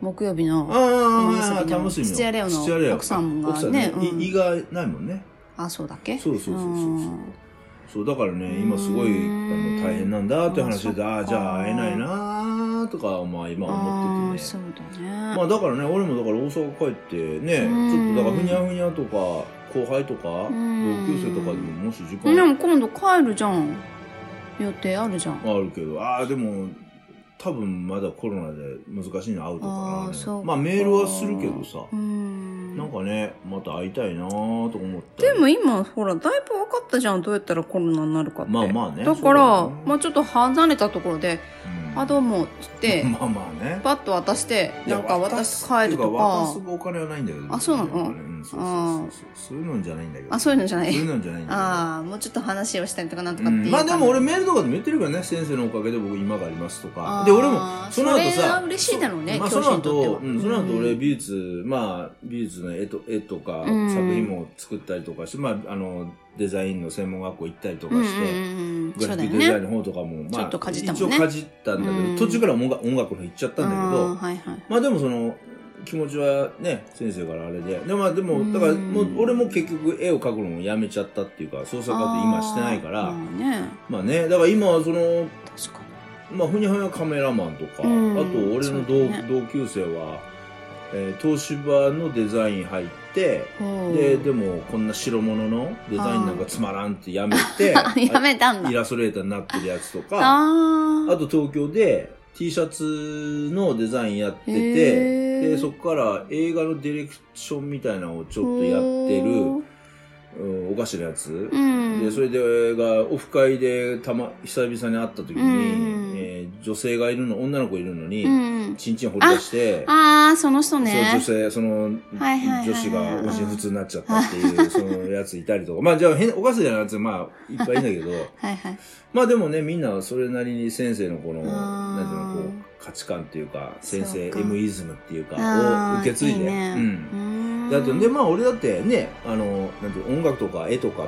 Speaker 1: 木曜日の
Speaker 2: ああ
Speaker 1: 玉結びの
Speaker 2: の
Speaker 1: 土屋レオの
Speaker 2: 土屋レオ
Speaker 1: 奥さんがね
Speaker 2: 奥さんね、
Speaker 1: うん
Speaker 2: い胃がないもんね
Speaker 1: あそうだっけ
Speaker 2: そうそうそうそうそう
Speaker 1: うん
Speaker 2: そうだからね今すご
Speaker 1: う
Speaker 2: いあ
Speaker 1: ーん
Speaker 2: の大変なんだって話で
Speaker 1: あ
Speaker 2: ああ
Speaker 1: そっか
Speaker 2: ーじゃあ会えないなーとかまあ今思
Speaker 1: あ
Speaker 2: っ
Speaker 1: ー
Speaker 2: てて
Speaker 1: そ
Speaker 2: ね
Speaker 1: うだね
Speaker 2: まあだからね俺もだから大阪帰ってねち
Speaker 1: うん
Speaker 2: ょっとだからふにゃふにゃとか後輩とか同
Speaker 1: ん
Speaker 2: 級生とかでももし時間
Speaker 1: でも今度帰るじゃん予定あるじゃん
Speaker 2: あるけどああでも多分まだコロナで難しいの会うと
Speaker 1: あ
Speaker 2: か
Speaker 1: ー
Speaker 2: な
Speaker 1: そうか
Speaker 2: まあメールはするけどさ
Speaker 1: うん
Speaker 2: なんかねまた会いたいなーとか思って
Speaker 1: でも今ほらだいぶ分かったじゃんどうやったらコロナになるかって
Speaker 2: まあまあね
Speaker 1: だ
Speaker 2: そ
Speaker 1: か
Speaker 2: う
Speaker 1: ら
Speaker 2: だよね
Speaker 1: まあちょっと離れたところで「あどう
Speaker 2: う
Speaker 1: も」っつっ
Speaker 2: で
Speaker 1: て
Speaker 2: [LAUGHS] まあまあね
Speaker 1: パッと渡してなんか渡して帰ると
Speaker 2: 渡
Speaker 1: か
Speaker 2: すお金はないんだけど
Speaker 1: あそうなの
Speaker 2: うんそうそうそうそうそういうのじゃないんだけど
Speaker 1: あそういうのじゃない
Speaker 2: そういうのじゃないんだけど
Speaker 1: ああもうちょっと話をしたりとかなんと
Speaker 2: う
Speaker 1: かってい
Speaker 2: ん
Speaker 1: う
Speaker 2: まあでも俺
Speaker 1: も
Speaker 2: メールとかでも言ってるからね先生のおかげで僕今がありますとかで俺もその後さ
Speaker 1: それは嬉しいだろうね
Speaker 2: まあ、そ
Speaker 1: 教師
Speaker 2: の
Speaker 1: にとって
Speaker 2: 後、
Speaker 1: は
Speaker 2: うん、その後俺美術、まあ、美術の絵と絵とか
Speaker 1: うん
Speaker 2: 作品も作ったりとかして、まあ、あのデザインの専門学校行ったりとかして、
Speaker 1: うんうんうんうん
Speaker 2: グ
Speaker 1: そ
Speaker 2: ラ
Speaker 1: う
Speaker 2: フ
Speaker 1: だよ
Speaker 2: ィックデザイ
Speaker 1: ね
Speaker 2: ンの方とかも、ま
Speaker 1: ちょっと
Speaker 2: あ
Speaker 1: かじった
Speaker 2: 一
Speaker 1: も
Speaker 2: 応
Speaker 1: んね
Speaker 2: かじったんだ
Speaker 1: うん
Speaker 2: けど途中から音楽音楽の方行っちゃったんだけ
Speaker 1: あーは
Speaker 2: ど
Speaker 1: いはい
Speaker 2: まあでもその気持ちはね先生からあれでで,、まあ、で
Speaker 1: う
Speaker 2: も
Speaker 1: ん
Speaker 2: だからもう俺も結局絵を描くのもやめちゃったっていうか創作活動今してないから
Speaker 1: あーまあね
Speaker 2: まあねだから今はその
Speaker 1: 確か
Speaker 2: まあ、ふにゃふにゃカメラマンとか、
Speaker 1: うん
Speaker 2: あと俺の
Speaker 1: そう
Speaker 2: 同,、
Speaker 1: だね
Speaker 2: 同級生は、えー東芝のデザイン入って
Speaker 1: ほう
Speaker 2: で
Speaker 1: [LAUGHS]
Speaker 2: でもこんな白物のデザインなんかつまらんってやめ
Speaker 1: [LAUGHS]
Speaker 2: て
Speaker 1: やめたんだ
Speaker 2: イ。ラストレーターになってるやつとかあ
Speaker 1: あー
Speaker 2: と東京で T シャツのデザインやってて
Speaker 1: へー
Speaker 2: でそこから映画のディレクションみたいなのをちょっとやって
Speaker 1: ほ
Speaker 2: る
Speaker 1: う、
Speaker 2: うん、おかしなやつ、
Speaker 1: うん、
Speaker 2: でそれでがオフ会でたま久々に会った時に、
Speaker 1: うん
Speaker 2: えー女性がいるの女の子いるのに、
Speaker 1: うん、
Speaker 2: チンチン掘り出して
Speaker 1: ああその人
Speaker 2: そう
Speaker 1: ね
Speaker 2: 女性その、
Speaker 1: はいはいはいはい
Speaker 2: 女子がおし普通になっちゃったっ
Speaker 1: [LAUGHS]
Speaker 2: ていうそのやついたりとかまあじゃあ変おかしなやつまあいっぱいいるん
Speaker 1: [LAUGHS]
Speaker 2: だけど
Speaker 1: はいはい
Speaker 2: まあでもねみんなそれなりに先生のこの
Speaker 1: あー
Speaker 2: なんていうのこう価値観っていうか先生
Speaker 1: そうか
Speaker 2: M イズムっていうか
Speaker 1: あ
Speaker 2: を
Speaker 1: ー
Speaker 2: 受け継い
Speaker 1: い
Speaker 2: で
Speaker 1: ね
Speaker 2: うん
Speaker 1: うん
Speaker 2: であとねまあ俺だってねあのなんていうの音楽とか絵とか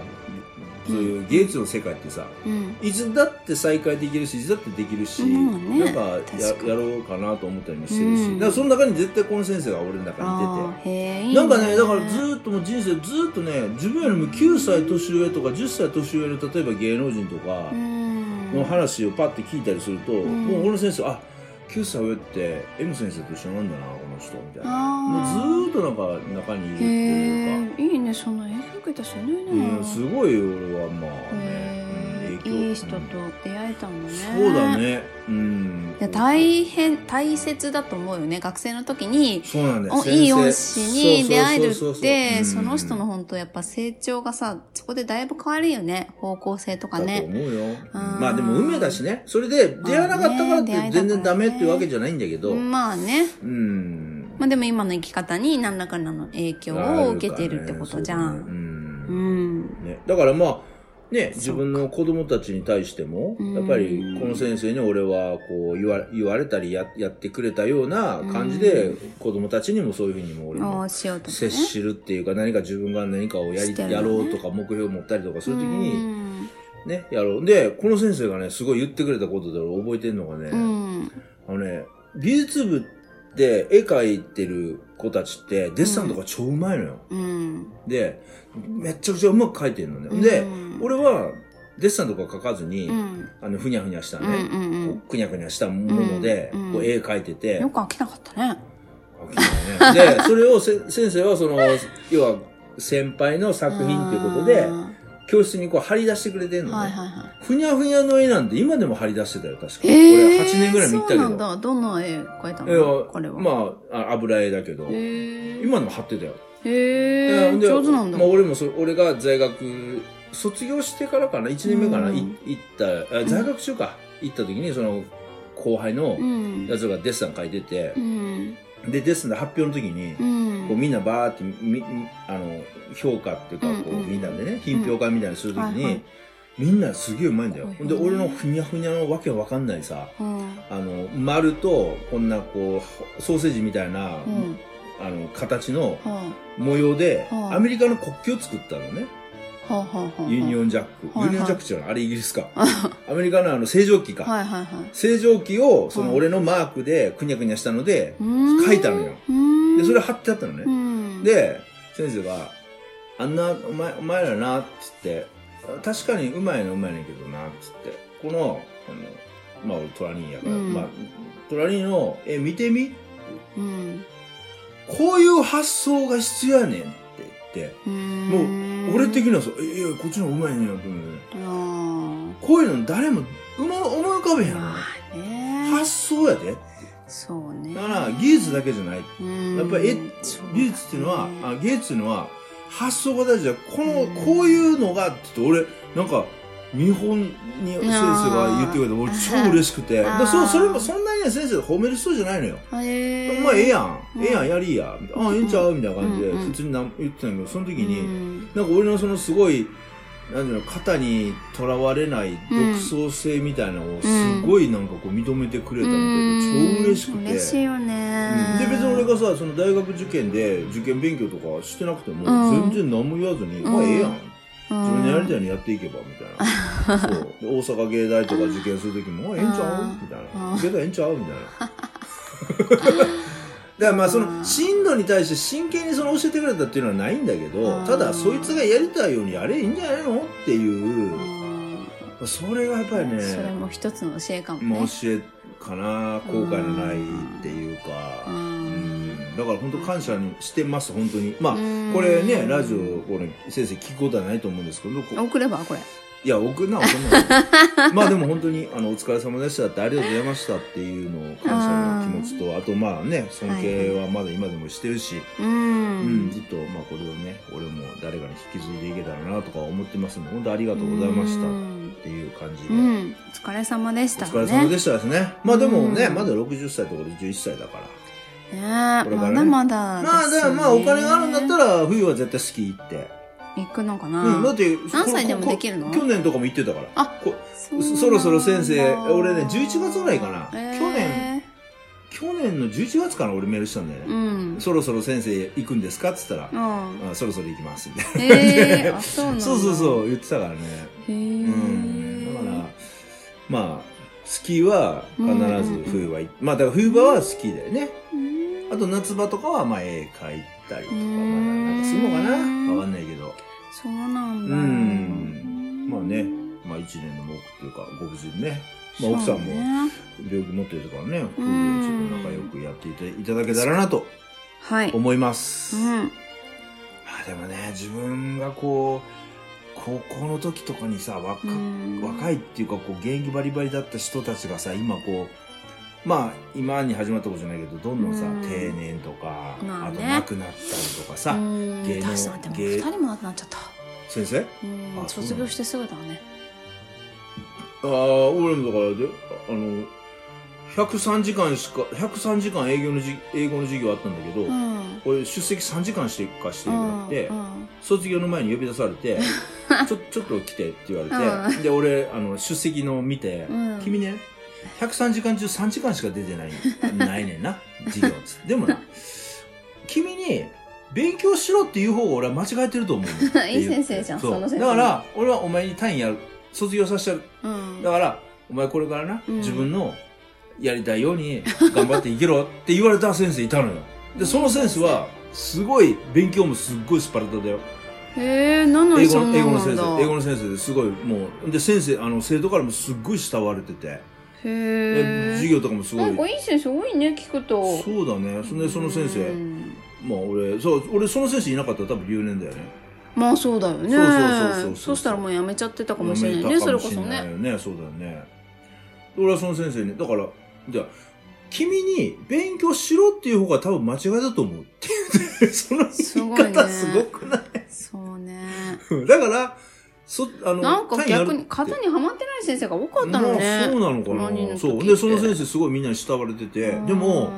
Speaker 2: そういう芸術の世界ってさ
Speaker 1: うん
Speaker 2: いつだって再開できるしいつだってできるし、
Speaker 1: うんね
Speaker 2: なんかや
Speaker 1: 確かに
Speaker 2: やろうかなと思ったりもしてるし、
Speaker 1: うん
Speaker 2: だからその中に絶対この先生が俺の中に
Speaker 1: あーへ
Speaker 2: 出て
Speaker 1: え
Speaker 2: なんかねだからずーっともう人生ずーっとね自分よりも9歳年上とか10歳年上の例えば芸能人とかの話をパッて聞いたりすると、
Speaker 1: ん
Speaker 2: もう俺の先生あ9歳上って M 先生と一緒なんだなこの人みたいなもうずーっとなんか中にいるっていうか。
Speaker 1: へえいいねそんな影響受けた人いないな、
Speaker 2: うん、すごい俺はまあね、う
Speaker 1: へ
Speaker 2: ん
Speaker 1: え
Speaker 2: 影響
Speaker 1: いい人と出会えたんだね
Speaker 2: そうだね。うん。
Speaker 1: いや大変大切だと思うよね学生の時に
Speaker 2: そうなんだよ。
Speaker 1: お
Speaker 2: 先生
Speaker 1: いい恩師に出会える
Speaker 2: そうそう
Speaker 1: っ
Speaker 2: そうそうう
Speaker 1: て
Speaker 2: ん
Speaker 1: その人の本当やっぱ成長がさそこでだいぶ変わるよね方向性とか
Speaker 2: だと
Speaker 1: ね
Speaker 2: 思うよ。
Speaker 1: うん
Speaker 2: まあでも運命だしね。それで出会わなかったからっ
Speaker 1: まあね
Speaker 2: て全然ダメっていうわけじゃないんだけど。
Speaker 1: まあね
Speaker 2: うん。
Speaker 1: まあでも今の生き方に何らかの影響を受けてるってことじゃ
Speaker 2: あるか
Speaker 1: ん
Speaker 2: らね
Speaker 1: う
Speaker 2: そうだね
Speaker 1: ん
Speaker 2: うん。ね。だからまあ、ね、
Speaker 1: か
Speaker 2: 自分の子供たちに対しても、
Speaker 1: うん
Speaker 2: やっぱりこの先生に俺はこう言わ言われたりややってくれたような感じで、
Speaker 1: う
Speaker 2: 子供たちにもそういうふうにも俺も
Speaker 1: ああしようとか
Speaker 2: 接
Speaker 1: ね
Speaker 2: するっていうか何か自分が何かをやり、
Speaker 1: してる
Speaker 2: や
Speaker 1: よね
Speaker 2: ろうとか目標を持ったりとかするとき
Speaker 1: う
Speaker 2: に
Speaker 1: ん
Speaker 2: ね、やろう。で、この先生がね、すごい言ってくれたことで俺覚えてるのがね、
Speaker 1: うん
Speaker 2: あのね、美術部で絵描いてる子たちってデッサンとか超うまいのよ。
Speaker 1: うん
Speaker 2: で、めっちゃくちゃうまく描いてるのね。
Speaker 1: うん
Speaker 2: で、俺はデッサンとか描かずに、
Speaker 1: うん
Speaker 2: あの、ふにゃふにゃした
Speaker 1: う
Speaker 2: ね、
Speaker 1: んうん
Speaker 2: こうくにゃくにゃしたもので、
Speaker 1: うんうん
Speaker 2: こう絵描いてて、
Speaker 1: うんよく飽きなかったね
Speaker 2: 飽きないね
Speaker 1: [LAUGHS]
Speaker 2: で、それをせ先生はその、要は先輩の作品ということで
Speaker 1: あ、ー
Speaker 2: 教室にこう張り出してくれてんのね。
Speaker 1: はいはいはい
Speaker 2: ふにゃふにゃの絵なんて今でも張り出してたよ、確か。こ
Speaker 1: ええ
Speaker 2: 8年ぐらい見たけ
Speaker 1: そうなん
Speaker 2: ど。
Speaker 1: だどんな絵描いた
Speaker 2: いや
Speaker 1: のこれは
Speaker 2: まああ、油絵だけど、
Speaker 1: へえ
Speaker 2: 今でも貼ってたよ。
Speaker 1: へえ
Speaker 2: いやで
Speaker 1: 上手なんだ
Speaker 2: まあ、俺もそ俺が在学、卒業してからかな、1年目かな、
Speaker 1: うん
Speaker 2: い行った、あ在学中か、行った時に、その、後輩の
Speaker 1: うん
Speaker 2: やつがデッサン描いてて
Speaker 1: う、ん
Speaker 2: で、デッサンで発表の時に、
Speaker 1: うん
Speaker 2: こうみんなバーってみみあの評価っていうかこう、
Speaker 1: うんうん
Speaker 2: みんなでね品評会みたいにするときに、
Speaker 1: うんはいはい
Speaker 2: みんなすげえうまいんだよ、
Speaker 1: はいはい
Speaker 2: ほんで俺のふにゃふにゃのわけわかんないさ
Speaker 1: うん
Speaker 2: あの丸とこんなこうソーセージみたいな、
Speaker 1: うん
Speaker 2: あの形の
Speaker 1: はあ
Speaker 2: 模様で、
Speaker 1: はい
Speaker 2: アメリカの国旗を作ったのね、
Speaker 1: はあはあはあはあ
Speaker 2: ユニオンジャック、
Speaker 1: はいはい
Speaker 2: ユニオンジャックじゃないあれイギリスかアメリカのあの正常期か、
Speaker 1: はいはいはい
Speaker 2: 正常期をその
Speaker 1: はい
Speaker 2: 俺のマークでくにゃくにゃしたので、
Speaker 1: 書
Speaker 2: 書いたのよでそれ貼ってあったのね、
Speaker 1: うん、
Speaker 2: で先生が「あんなお前お前らな」っつって「確かにうまいのはうまいねんけどな」っつってこのあのまあ俺トラニーやから、
Speaker 1: うん
Speaker 2: まあ、トラニーの「え見てみ
Speaker 1: うん、
Speaker 2: こういう発想が必要やねん」って言って、
Speaker 1: も
Speaker 2: も俺的にはそう「えいやこっちの方がうまいねんや」と思うね
Speaker 1: あー
Speaker 2: こういうの誰もうま思い浮かべへんやろ
Speaker 1: まあね
Speaker 2: 発想やで
Speaker 1: そうね
Speaker 2: だから技術だけじゃないや
Speaker 1: や
Speaker 2: っぱり絵美術っていうのは、あ芸術っていうのは発想が大事だこの、こういうのがって言って俺なんか見本に先生が言ってくれて俺超嬉しくて
Speaker 1: あー
Speaker 2: でそうそれもそんなにね先生褒める人じゃないのよ
Speaker 1: あ
Speaker 2: 「お
Speaker 1: え
Speaker 2: 前
Speaker 1: ー、
Speaker 2: ええやん、ええやんやりや」みたいな「あええんちゃう?」みたいな感じで
Speaker 1: うんうん
Speaker 2: 普通になん言ってたんだけどその時
Speaker 1: う
Speaker 2: に、
Speaker 1: ん
Speaker 2: なんか俺のそのすごいなんていうの型にとらわれない独創性みたいなのをすごいなんかこう認めてくれたみたいで超嬉しくて。
Speaker 1: うん嬉しいよね、
Speaker 2: で別に俺がさその大学受験で受験勉強とかしてなくても、
Speaker 1: うん
Speaker 2: 全然何も言わずに、
Speaker 1: ん
Speaker 2: まあええやん自分のやりたい
Speaker 1: い
Speaker 2: のやっていけばみたいなそうで大阪芸大とか受験する
Speaker 1: [LAUGHS]
Speaker 2: 時も「あええんちゃう?」みたいな
Speaker 1: うん
Speaker 2: 「芸大ええんちゃう?」みたいな
Speaker 1: [LAUGHS]
Speaker 2: だからまあその進路に対して真剣にその教えてくれたっていうのはないんだけど
Speaker 1: うん
Speaker 2: ただそいつがやりたいようにやれいいんじゃないのっていうそれがやっぱりね
Speaker 1: それも一つの教えかも
Speaker 2: まあ
Speaker 1: ね
Speaker 2: 教えかな後悔のないっていうか
Speaker 1: うん
Speaker 2: うんだから本当感謝にしてます本当にまあ
Speaker 1: うん
Speaker 2: これねラジオこれ先生聞くことはないと思うんですけどこ
Speaker 1: 送ればこれ
Speaker 2: いや送んな送んないまあでも本当にあの [LAUGHS] お疲れ様でしたってありがとうございましたっていうのを感謝の気持ちとあとまあね尊敬はまだ今でもしてるし、
Speaker 1: う
Speaker 2: うん、
Speaker 1: ん
Speaker 2: ずっと、まあ、これをね、俺も誰かに引き継いでいけたらなとか思ってますんで、本当ありがとうございました
Speaker 1: うん
Speaker 2: っていう感じで。
Speaker 1: うんお疲れ様でし
Speaker 2: お
Speaker 1: た
Speaker 2: 疲れ様
Speaker 1: ね
Speaker 2: でしたですね。まあでもね、
Speaker 1: うん
Speaker 2: まだ60歳ところ11歳だから。
Speaker 1: ね
Speaker 2: これから
Speaker 1: ま
Speaker 2: ね
Speaker 1: だまだ
Speaker 2: まあ、
Speaker 1: です
Speaker 2: だか
Speaker 1: ね
Speaker 2: らまあお金があるんだったら、冬は絶対スキー行って。
Speaker 1: 行くのか
Speaker 2: うん、だ
Speaker 1: な
Speaker 2: って、
Speaker 1: 何歳でも
Speaker 2: ここ
Speaker 1: できるの
Speaker 2: 去年とかも行ってたから。
Speaker 1: あ
Speaker 2: こ
Speaker 1: そ
Speaker 2: そそろそろ先生、俺ね、11月ぐらい
Speaker 1: か
Speaker 2: かな。
Speaker 1: 去
Speaker 2: 去年、去年の11月かな、俺メールしたんだよ
Speaker 1: う
Speaker 2: ね。
Speaker 1: ん
Speaker 2: そろそろ先生行くんですかって言った
Speaker 1: う
Speaker 2: ら、
Speaker 1: ん
Speaker 2: あそろそろ行きます、みたいな。
Speaker 1: へえあそうなんだ
Speaker 2: そうそう
Speaker 1: う
Speaker 2: そう、言ってたから
Speaker 1: へ
Speaker 2: ね。
Speaker 1: え
Speaker 2: うんだからまあスキーは必ず冬は行っまあだから冬場はスキーだよね
Speaker 1: うん
Speaker 2: あと夏場とかはまあ絵描いたりとか
Speaker 1: う
Speaker 2: まあ
Speaker 1: ん
Speaker 2: なんかするのかなわかんないけど
Speaker 1: そうなんだ
Speaker 2: うんまあねまあ一年の目っていうかご無事にね、まあ、奥さんも
Speaker 1: も
Speaker 2: 病気持ってるからね夫婦でちょっと仲良くやっていたいただけたらなと
Speaker 1: はい
Speaker 2: 思います、
Speaker 1: うん
Speaker 2: まあでもね自分がこう高校の時とかにさ若若いっていうかこう現役バリバリだった人たちがさ今こうまあ今に始まったことじゃないけどどんどんさ、
Speaker 1: うん
Speaker 2: 定年とか、
Speaker 1: まあね
Speaker 2: と亡くなったりとかさ、芸
Speaker 1: 芸
Speaker 2: 能
Speaker 1: 能確かにでも
Speaker 2: 芸
Speaker 1: 二人もなくなっちゃった
Speaker 2: 先生
Speaker 1: うん
Speaker 2: あそうなの
Speaker 1: 卒業してすぐだね
Speaker 2: ああ俺もだからであの103時間しか103時間営業のじ英語の授業あったんだけど、
Speaker 1: うん
Speaker 2: 俺出席3時間してかしてなくて、
Speaker 1: うん
Speaker 2: 卒業の前に呼び出され
Speaker 1: [LAUGHS]
Speaker 2: て「ちょちょっと来て」って言われて、で俺あの出席の見て、
Speaker 1: うん
Speaker 2: 君ね103時間中3時間しか出てないないねんな授業っ
Speaker 1: [LAUGHS]
Speaker 2: つってでもな君に勉強しろっていう方が俺は間違えてると思うの
Speaker 1: [LAUGHS] いい先生じゃん
Speaker 2: そう
Speaker 1: その先生
Speaker 2: だから俺はお前に単位やる卒業させちゃう
Speaker 1: うん
Speaker 2: だからお前これからな、
Speaker 1: うん
Speaker 2: 自分のやりたいように頑張っていけろって言われた先生いたのよでその先生はすごい勉強もすっごいスパルタだよ
Speaker 1: へえなの
Speaker 2: 英
Speaker 1: に
Speaker 2: 語
Speaker 1: そん
Speaker 2: の
Speaker 1: な
Speaker 2: 英語
Speaker 1: ん
Speaker 2: の
Speaker 1: な
Speaker 2: 先
Speaker 1: んだ
Speaker 2: 生英語の先生ですごいもうで先生あの生徒からもすっごい慕われててで
Speaker 1: へえ
Speaker 2: 授業とかもすご
Speaker 1: ないんかいい先生多いね聞くと
Speaker 2: そうだねそんでその先
Speaker 1: う
Speaker 2: 生
Speaker 1: ん
Speaker 2: まあ俺そう俺その先生いなかったら多分留年だよね
Speaker 1: まあそうだよね
Speaker 2: そうそうそうそうそう
Speaker 1: そしたらもうやめちゃってたかもしれない
Speaker 2: や
Speaker 1: ね
Speaker 2: め
Speaker 1: そ
Speaker 2: た
Speaker 1: れ
Speaker 2: かも
Speaker 1: こ
Speaker 2: し
Speaker 1: そ
Speaker 2: れない
Speaker 1: ね
Speaker 2: よねそうだよね俺はその先生にだからじゃあ君に勉強しろっていう方が多分間違いだと思うっていうね [LAUGHS] その
Speaker 1: す
Speaker 2: 言
Speaker 1: ご
Speaker 2: い
Speaker 1: いね
Speaker 2: 方すごくない
Speaker 1: そうね
Speaker 2: だからそあの
Speaker 1: なんか
Speaker 2: 単位やる
Speaker 1: 逆に型にはまってない先生が多かったのね
Speaker 2: まあそうな
Speaker 1: 浪
Speaker 2: の
Speaker 1: 人
Speaker 2: か
Speaker 1: の
Speaker 2: な
Speaker 1: 時
Speaker 2: そう
Speaker 1: って
Speaker 2: でその先生すごいみんなに慕われててで
Speaker 1: う
Speaker 2: も
Speaker 1: ん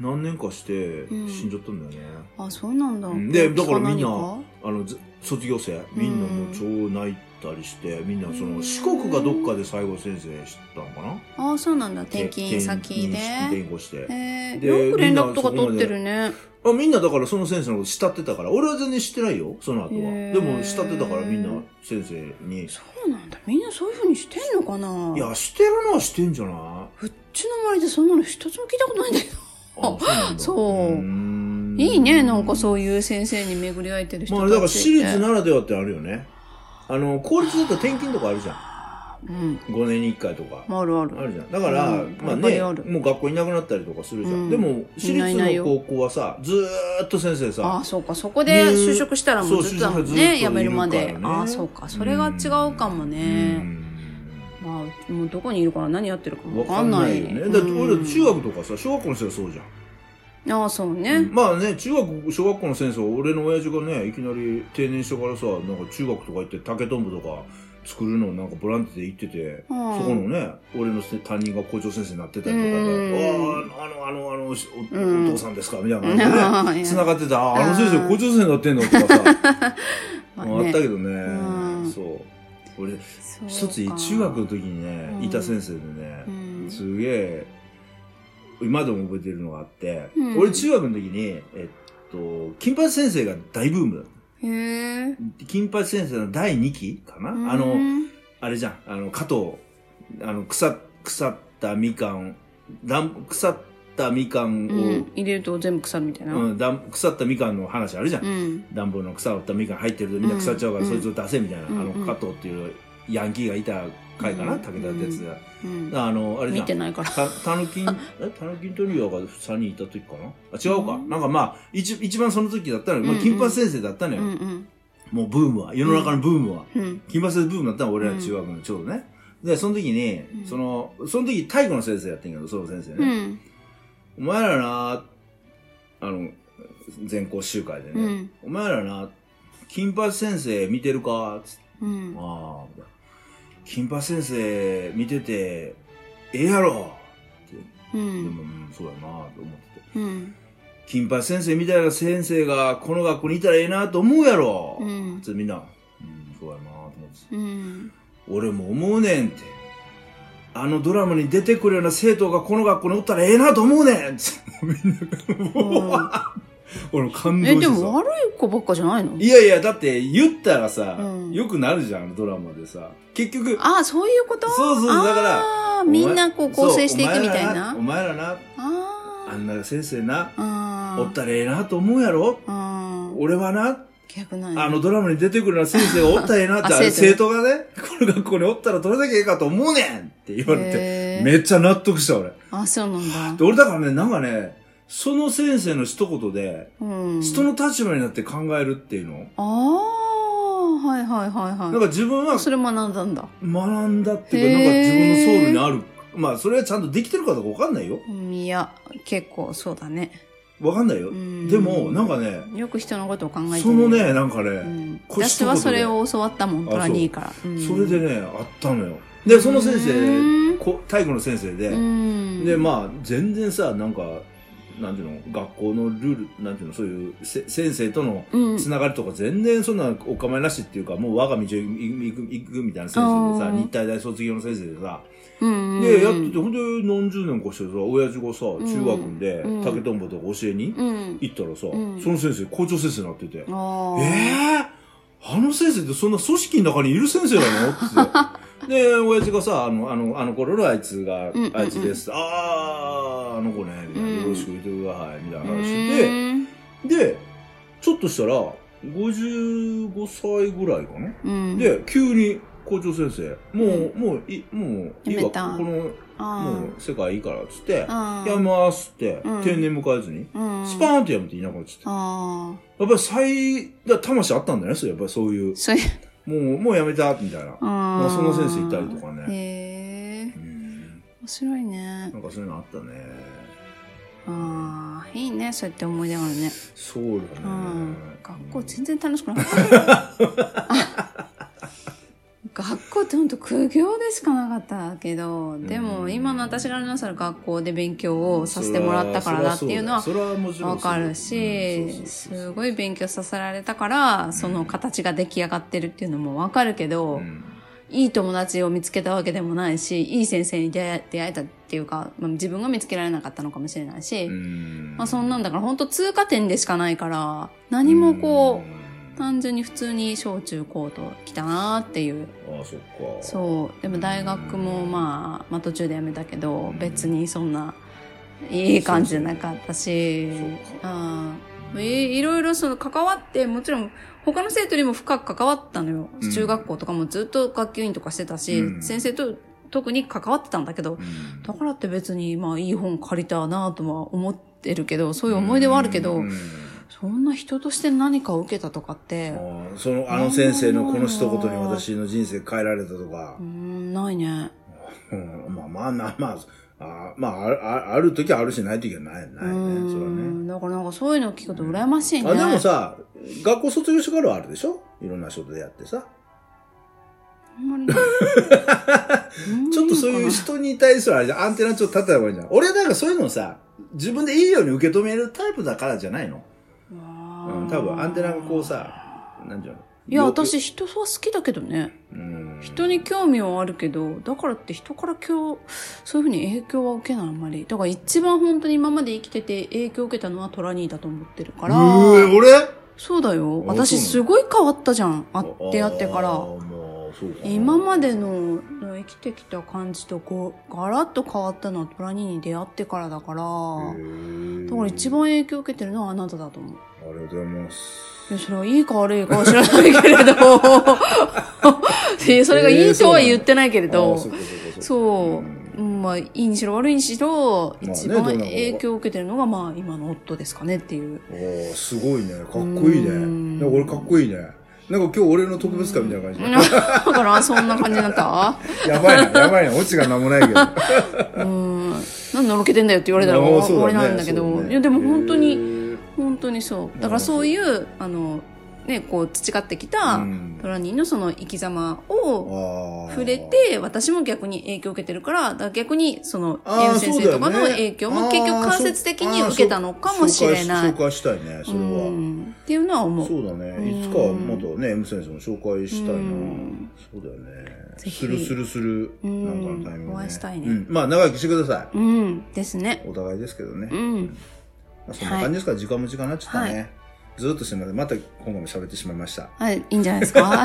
Speaker 2: 何年かして
Speaker 1: うん
Speaker 2: 死んじゃったんだよね、
Speaker 1: あそうなんだ
Speaker 2: うんでだからみんな
Speaker 1: 何
Speaker 2: あのず卒業生みんなもう超泣いたりしてみんなその四国かどっかで最後先生したのかな
Speaker 1: かあそうなんだ転勤先で
Speaker 2: 転校して
Speaker 1: え
Speaker 2: で
Speaker 1: ー、よく連絡とか取ってるね
Speaker 2: あみんなだからその先生のこと慕ってたから俺は全然知ってないよその後は
Speaker 1: へー
Speaker 2: でも慕ってたからみんな先生に
Speaker 1: そうなんだみんなそういうふうにしてんのかない
Speaker 2: やしてるのはしてんじゃないう
Speaker 1: ちの周りでそんなの一つも聞いたことないんだけど
Speaker 2: あそうなんだ
Speaker 1: そう
Speaker 2: ーん
Speaker 1: いいねなんかそういう先生に巡り合えてる人
Speaker 2: まあ
Speaker 1: た
Speaker 2: あ
Speaker 1: ち
Speaker 2: れだから私立
Speaker 1: な
Speaker 2: ならではってあるよねあの公立だと転勤とかあるじゃ
Speaker 1: うん
Speaker 2: ん5年に1回とか
Speaker 1: あるある
Speaker 2: あるじゃんだから、
Speaker 1: うん
Speaker 2: まあ
Speaker 1: やっぱり
Speaker 2: ね
Speaker 1: ある
Speaker 2: もう学校いなくなったりとかするじゃん、
Speaker 1: うん
Speaker 2: でも私
Speaker 1: いないいない
Speaker 2: 立
Speaker 1: よ
Speaker 2: の高校はさずーっと先生さ
Speaker 1: ああそうかそこで就職したらもうずっとだもん
Speaker 2: そう就職ずっ
Speaker 1: ね
Speaker 2: と
Speaker 1: 辞めるま
Speaker 2: い
Speaker 1: で
Speaker 2: るからね
Speaker 1: ああそうかそれが違うかも
Speaker 2: う
Speaker 1: ね
Speaker 2: ん
Speaker 1: まあもうどこにいるから何やってるかも
Speaker 2: わ
Speaker 1: わか
Speaker 2: か
Speaker 1: ん
Speaker 2: ん
Speaker 1: な
Speaker 2: ないいよね。だって俺ら中
Speaker 1: 学
Speaker 2: 学とかさ、小学校の先生そうじゃん。
Speaker 1: ああそうね
Speaker 2: まあね、中学、小学校の先生、俺の親父がね、いきなり定年してからさ、なんか中学とか行って竹とんぼとか作るのなんかボランティアで行ってて、
Speaker 1: う
Speaker 2: そ
Speaker 1: ん
Speaker 2: このね、俺のせ担任が校長先生になってたりとか
Speaker 1: う
Speaker 2: で、
Speaker 1: ん
Speaker 2: わあ、あの、あの、あの、おおお
Speaker 1: うん
Speaker 2: 父さんですかみたいな感
Speaker 1: [LAUGHS] ああい
Speaker 2: じ
Speaker 1: や
Speaker 2: で、 [LAUGHS] 繋がってた、ああの先
Speaker 1: [LAUGHS] あ
Speaker 2: 生
Speaker 1: ー
Speaker 2: 校長先生になってんのとか
Speaker 1: [LAUGHS]
Speaker 2: さ、
Speaker 1: ま
Speaker 2: あ
Speaker 1: あ
Speaker 2: っ
Speaker 1: ね
Speaker 2: たけど
Speaker 1: うん
Speaker 2: ね、そう。俺、
Speaker 1: そうか
Speaker 2: 一つ中学の時にね、いた先生でね
Speaker 1: う、ん
Speaker 2: すげえ今でも覚えてるのがあって、
Speaker 1: うん
Speaker 2: 俺中学の時に、えっと、金八先生が大ブームだっ
Speaker 1: へえ
Speaker 2: た金八先生の第2期かな、あ
Speaker 1: う
Speaker 2: の
Speaker 1: ん
Speaker 2: あれじゃんあの加藤あの腐腐ったみかんだん腐ったみかんを、
Speaker 1: うん入れると全部腐るみたいな
Speaker 2: うんだん腐ったみかんの話あるじゃん、
Speaker 1: うん
Speaker 2: 暖房の腐ったみかん入ってるとみんな腐っちゃうから、
Speaker 1: うん
Speaker 2: そいつを出せみたいな、
Speaker 1: うん
Speaker 2: あ
Speaker 1: うん
Speaker 2: の加藤っていうヤンキーがいた回かな、
Speaker 1: うん
Speaker 2: 武田鉄矢、
Speaker 1: うん、
Speaker 2: あのあれじゃ
Speaker 1: 見
Speaker 2: ん
Speaker 1: てないから。
Speaker 2: たたぬきん、えたぬきんトリオが3人いた時かなあ、違うか、
Speaker 1: うん
Speaker 2: なんかまあ、一一番その時だったのよ。まあ、
Speaker 1: うんうん
Speaker 2: 金八先生だったの
Speaker 1: うん
Speaker 2: よ、
Speaker 1: うん
Speaker 2: もうブームは。世の中のブームは。
Speaker 1: うん
Speaker 2: 金八先生ブームだったの俺ら中学のちょうどね。で、その時に、
Speaker 1: うん
Speaker 2: その、その時体育の先生やってんけど、その先生
Speaker 1: う
Speaker 2: ね。
Speaker 1: ん
Speaker 2: お前らな、あの、全校集会でね、
Speaker 1: うん
Speaker 2: お前らな、金八先生見てるかつって
Speaker 1: うん
Speaker 2: ああ、金八先生見てて、ええやろって。
Speaker 1: う
Speaker 2: で
Speaker 1: ん
Speaker 2: も、うんそうだなと思ってて。
Speaker 1: うん
Speaker 2: 金八先生みたいな先生がこの学校にいたらええなと思うやろ、
Speaker 1: う
Speaker 2: つっ
Speaker 1: ん
Speaker 2: てみんな、うん、そうやなと思ってて。
Speaker 1: うん
Speaker 2: 俺も思うねんって。あのドラマに出てくるような生徒がこの学校におったらええなと思うねんつって [LAUGHS] みんな [LAUGHS] が、うわ俺も感動
Speaker 1: え
Speaker 2: して
Speaker 1: で
Speaker 2: さ。
Speaker 1: も悪い子ばっかじゃないの
Speaker 2: いやいや、だって言ったらさ、
Speaker 1: うん
Speaker 2: よくなるじゃん、あのドラマでさ。結局、
Speaker 1: ああそういうこと
Speaker 2: そうそうだから
Speaker 1: あーみんなこう構成していくみたいな
Speaker 2: そうお前らなお前らなあ
Speaker 1: あ
Speaker 2: んな先生な
Speaker 1: ああ
Speaker 2: おったらええなと思うやろ
Speaker 1: あー
Speaker 2: 俺はな、
Speaker 1: 逆ない
Speaker 2: あのドラマに出てくるような先生がおったらええなっ
Speaker 1: [LAUGHS]
Speaker 2: て
Speaker 1: あ
Speaker 2: あれ
Speaker 1: 生
Speaker 2: 生
Speaker 1: 徒
Speaker 2: 徒がねこの学校におったらどれだけええかと思うねんって言われて
Speaker 1: へー
Speaker 2: めっちゃ納得した俺で
Speaker 1: あそうなんだ
Speaker 2: 俺だからねなんかねその先生の一言で、
Speaker 1: うん
Speaker 2: 人の立場になって考えるっていうの、
Speaker 1: ああはいはいはい
Speaker 2: なん
Speaker 1: は
Speaker 2: か自分はい
Speaker 1: それ学んだんだ
Speaker 2: 学んだって
Speaker 1: へー
Speaker 2: いうかなんか自分のソウルにあるまあそれはちゃんとできてるかどうかわかんないよ
Speaker 1: うんいや結構そうだね
Speaker 2: わかんないよ、
Speaker 1: うん
Speaker 2: でもなんかね
Speaker 1: よく人のことを考えてる
Speaker 2: そのねなんかね、
Speaker 1: うん
Speaker 2: これ一
Speaker 1: 私
Speaker 2: 言で
Speaker 1: はそれを教わったもん
Speaker 2: あ
Speaker 1: トラニーから
Speaker 2: それで
Speaker 1: ね
Speaker 2: ねあったのよでその先生
Speaker 1: 生
Speaker 2: こ体育の先生で、でまあ全然さなんかなんていうの学校のルールなんていうのそういうせ先生との
Speaker 1: あうん
Speaker 2: つながりとか全然そんなお構いなしっていうかもう我が道を行く行く行くみたいな先生で
Speaker 1: あ
Speaker 2: さ
Speaker 1: ー
Speaker 2: 日体大卒業の先生でさ、
Speaker 1: うん
Speaker 2: でやっててほんで何十年かしてさ親父がさ
Speaker 1: ん
Speaker 2: 中学で、
Speaker 1: うん
Speaker 2: 竹とんぼとか教えに
Speaker 1: うん
Speaker 2: 行ったらさ、
Speaker 1: うん
Speaker 2: その先生校長先生になってて、
Speaker 1: あえ
Speaker 2: ええあの先生ってそんな組織の中にいる先生なのって。
Speaker 1: [LAUGHS]
Speaker 2: で、親父がさ、あの、あの、あの頃のあいつが、
Speaker 1: んうんうん
Speaker 2: あいつです。あー、あの子ね、みたいな、
Speaker 1: うん
Speaker 2: よろしく言ってください、みたいな話してて、で、ちょっとしたら、55歳ぐらいかな。
Speaker 1: うん
Speaker 2: で、急に校長先生、もう、もう、い、もう、い
Speaker 1: やめ
Speaker 2: いわ、こ
Speaker 1: た
Speaker 2: の、も
Speaker 1: あ
Speaker 2: う、世界いいから、つって、
Speaker 1: あ
Speaker 2: やめますって、
Speaker 1: うん
Speaker 2: 定年迎えずに、
Speaker 1: うん
Speaker 2: スパーンってやめていなくなっちゃって。
Speaker 1: ああ
Speaker 2: やっぱり最、だ魂あったんだよね、そうやっぱりそういう。
Speaker 1: それ
Speaker 2: もう、もうやめた、みたいな。
Speaker 1: あ
Speaker 2: その先生いたりとか
Speaker 1: へ
Speaker 2: ね。
Speaker 1: え
Speaker 2: う
Speaker 1: 面
Speaker 2: ん
Speaker 1: 白いね
Speaker 2: なんかそういうのあったね。
Speaker 1: ああいいねそうやって思い出があるね
Speaker 2: そうだ
Speaker 1: う
Speaker 2: ね
Speaker 1: ん。学校全然楽しくなかった
Speaker 2: [LAUGHS]
Speaker 1: あ学校ってほんと苦行でしかなかったけどでも
Speaker 2: うん
Speaker 1: 今の私があるのはその学校で勉強をさせてもらったからだっていうのは
Speaker 2: それはもちろん
Speaker 1: わかる
Speaker 2: うん
Speaker 1: し、
Speaker 2: そうそう
Speaker 1: す
Speaker 2: そう
Speaker 1: ごい勉強させられたから、その形が出来上がってるっていうのもわかるけど、
Speaker 2: うん
Speaker 1: いい友達を見つけたわけでもないし、いい先生に出会え出会えたっていうか、まあ、自分が見つけられなかったのかもしれないし、
Speaker 2: うん
Speaker 1: まあそんなんだから本当通過点でしかないから、何もこう、
Speaker 2: う
Speaker 1: 単純に普通に小中高と来たなっていう。
Speaker 2: んああ、そっか。
Speaker 1: そう。でも大学も
Speaker 2: うん
Speaker 1: まあ、まあ途中で辞めたけど
Speaker 2: う、ん
Speaker 1: 別にそんな、いい感じじゃなかったし
Speaker 2: そうそう、
Speaker 1: あんいいろいろその関わって、もちろん他の生徒にも深く関わったのよ。
Speaker 2: うん
Speaker 1: 中学校とかもずっと学級委員とかしてたし、
Speaker 2: うん
Speaker 1: 先生と特に関わってたんだけど、
Speaker 2: うん
Speaker 1: だからって別にまあいい本借りたなとは思ってるけど、そういう思い出はあるけど、
Speaker 2: うん
Speaker 1: そんな人として何かを受けたとかって、
Speaker 2: ああその、あの先生のこの一言に私の人生変えられたとか
Speaker 1: う。ん、ないね。
Speaker 2: うん、まあまあまあまあ、あまあ、あるあるある時はあるし、ない時はない、ないね、それ
Speaker 1: う
Speaker 2: はね。
Speaker 1: んだからなんかそういうの聞くと羨ましいね。
Speaker 2: あ、でもさ、学校卒業してからはあるでしょいろんな仕事でやってさ。
Speaker 1: あんまりねうん
Speaker 2: [LAUGHS] ちょっとそういう人に対するあれじゃん、アンテナちょっと立てた方がいいんじゃん。俺なんかそういうのさ、自分でいいように受け止めるタイプだからじゃないのうん、多分アンテナがこう。さ、なんじゃ
Speaker 1: いや、私人は好きだけどね。
Speaker 2: うん、
Speaker 1: 人に興味はあるけど、だからって人から今日、そういうふうに影響は受けないあんまり。だから一番本当に今まで生きてて影響を受けたのはトラニーだと思ってるか。
Speaker 2: から俺
Speaker 1: そうだよ。
Speaker 2: あ
Speaker 1: 私
Speaker 2: そ
Speaker 1: す
Speaker 2: う
Speaker 1: ごい変わったじゃん。会って会ってか
Speaker 2: ああ
Speaker 1: ら。
Speaker 2: もうそうかな
Speaker 1: 今までの生きてきた感じとこうガラッと変わったのはトラニーに出会ってからだから、
Speaker 2: へえ
Speaker 1: だから一番影響を受けてるのはあなただと思う。
Speaker 2: あありがとうございます。
Speaker 1: いやそれはいいか悪いかは知らないけ
Speaker 2: [LAUGHS]
Speaker 1: れどでそれがいいとは言ってないけれど、
Speaker 2: あーそうかそうか
Speaker 1: そう、
Speaker 2: うん
Speaker 1: うんまあ、いいにしろ悪いにしろ、
Speaker 2: まあね
Speaker 1: 一
Speaker 2: どん
Speaker 1: 番
Speaker 2: な方が
Speaker 1: 影響を受けてるのが、まあ、今の夫ですかねっていう。
Speaker 2: おーすごいね。かっこいい
Speaker 1: うん
Speaker 2: ね。なんか俺かっこいいね。なんか今日俺の特別感みたいな感じ
Speaker 1: だから、そんな [LAUGHS] 感じになった
Speaker 2: やばいな、やばいな。オチが何もないけど。
Speaker 1: うん。なんでのろけてんだよって言われたら
Speaker 2: おー
Speaker 1: 終
Speaker 2: そう
Speaker 1: わり
Speaker 2: だね
Speaker 1: なんだけ
Speaker 2: そう
Speaker 1: ど、
Speaker 2: だね
Speaker 1: いや、でも本当
Speaker 2: へ
Speaker 1: に、
Speaker 2: ー
Speaker 1: 本当にそう。だからそういう、あの、ね、こう、培ってきた
Speaker 2: うん、
Speaker 1: トラニーのその生き様を、
Speaker 2: あー
Speaker 1: 触れて、私も逆に影響を受けてるから、だから逆に、その、
Speaker 2: あー
Speaker 1: エウ先生とかの
Speaker 2: そうだよね
Speaker 1: 影響も結
Speaker 2: あ
Speaker 1: 局
Speaker 2: ー
Speaker 1: 間接的に
Speaker 2: そう
Speaker 1: 受けたのかもしれな
Speaker 2: あー
Speaker 1: い
Speaker 2: 紹。介紹介したいね、それ
Speaker 1: う
Speaker 2: は。
Speaker 1: んっていうのは思う。
Speaker 2: そうだね。いつかはまたね、M 先生も紹介したいな。そうだよね。
Speaker 1: ぜひ
Speaker 2: するするする、
Speaker 1: うん
Speaker 2: なんかのタイミングね
Speaker 1: お会いしたいね
Speaker 2: うんまあ、長生きしてくださ
Speaker 1: うん、ですね。
Speaker 2: い。お互いですけどね
Speaker 1: う。ん。
Speaker 2: まあそんな感じですから、時間も時間になっちゃったね。ずーっとすみません。また今回も喋ってしまいました。
Speaker 1: はい、いいんじゃないです
Speaker 2: [LAUGHS]
Speaker 1: か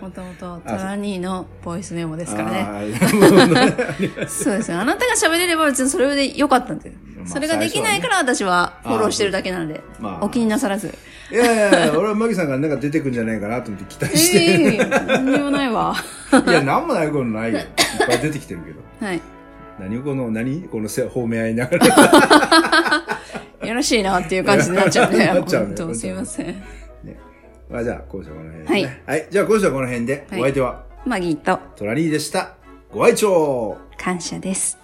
Speaker 1: もともとトラニーのボイスメモですからね。
Speaker 2: [LAUGHS] あー。
Speaker 1: そうですよ。あなたが喋れれば別にそれで良かったんで。
Speaker 2: まあ
Speaker 1: それができないから私はフォローしてるだけなので、
Speaker 2: まあ
Speaker 1: お気になさらず。
Speaker 2: いやいやいや、俺はマギさんがなんか出てくんじゃないかなと思って期待して。
Speaker 1: ええ何にもないわ。
Speaker 2: [LAUGHS] いや、なんもないことないよ。いっぱい出てきてるけ [LAUGHS] ど。
Speaker 1: はい。
Speaker 2: 何この、何このせ褒め合いながら。 [LAUGHS]
Speaker 1: よろしいなっていう感じになっちゃうね。
Speaker 2: [LAUGHS] なっちゃうね
Speaker 1: 本当すいません。
Speaker 2: まあじゃあ、今週はこの辺で、ね。はい。じゃあ、今週はこの辺で、
Speaker 1: はい
Speaker 2: お相手は、
Speaker 1: マギーと
Speaker 2: トラリーでした。ご愛聴
Speaker 1: 感謝です。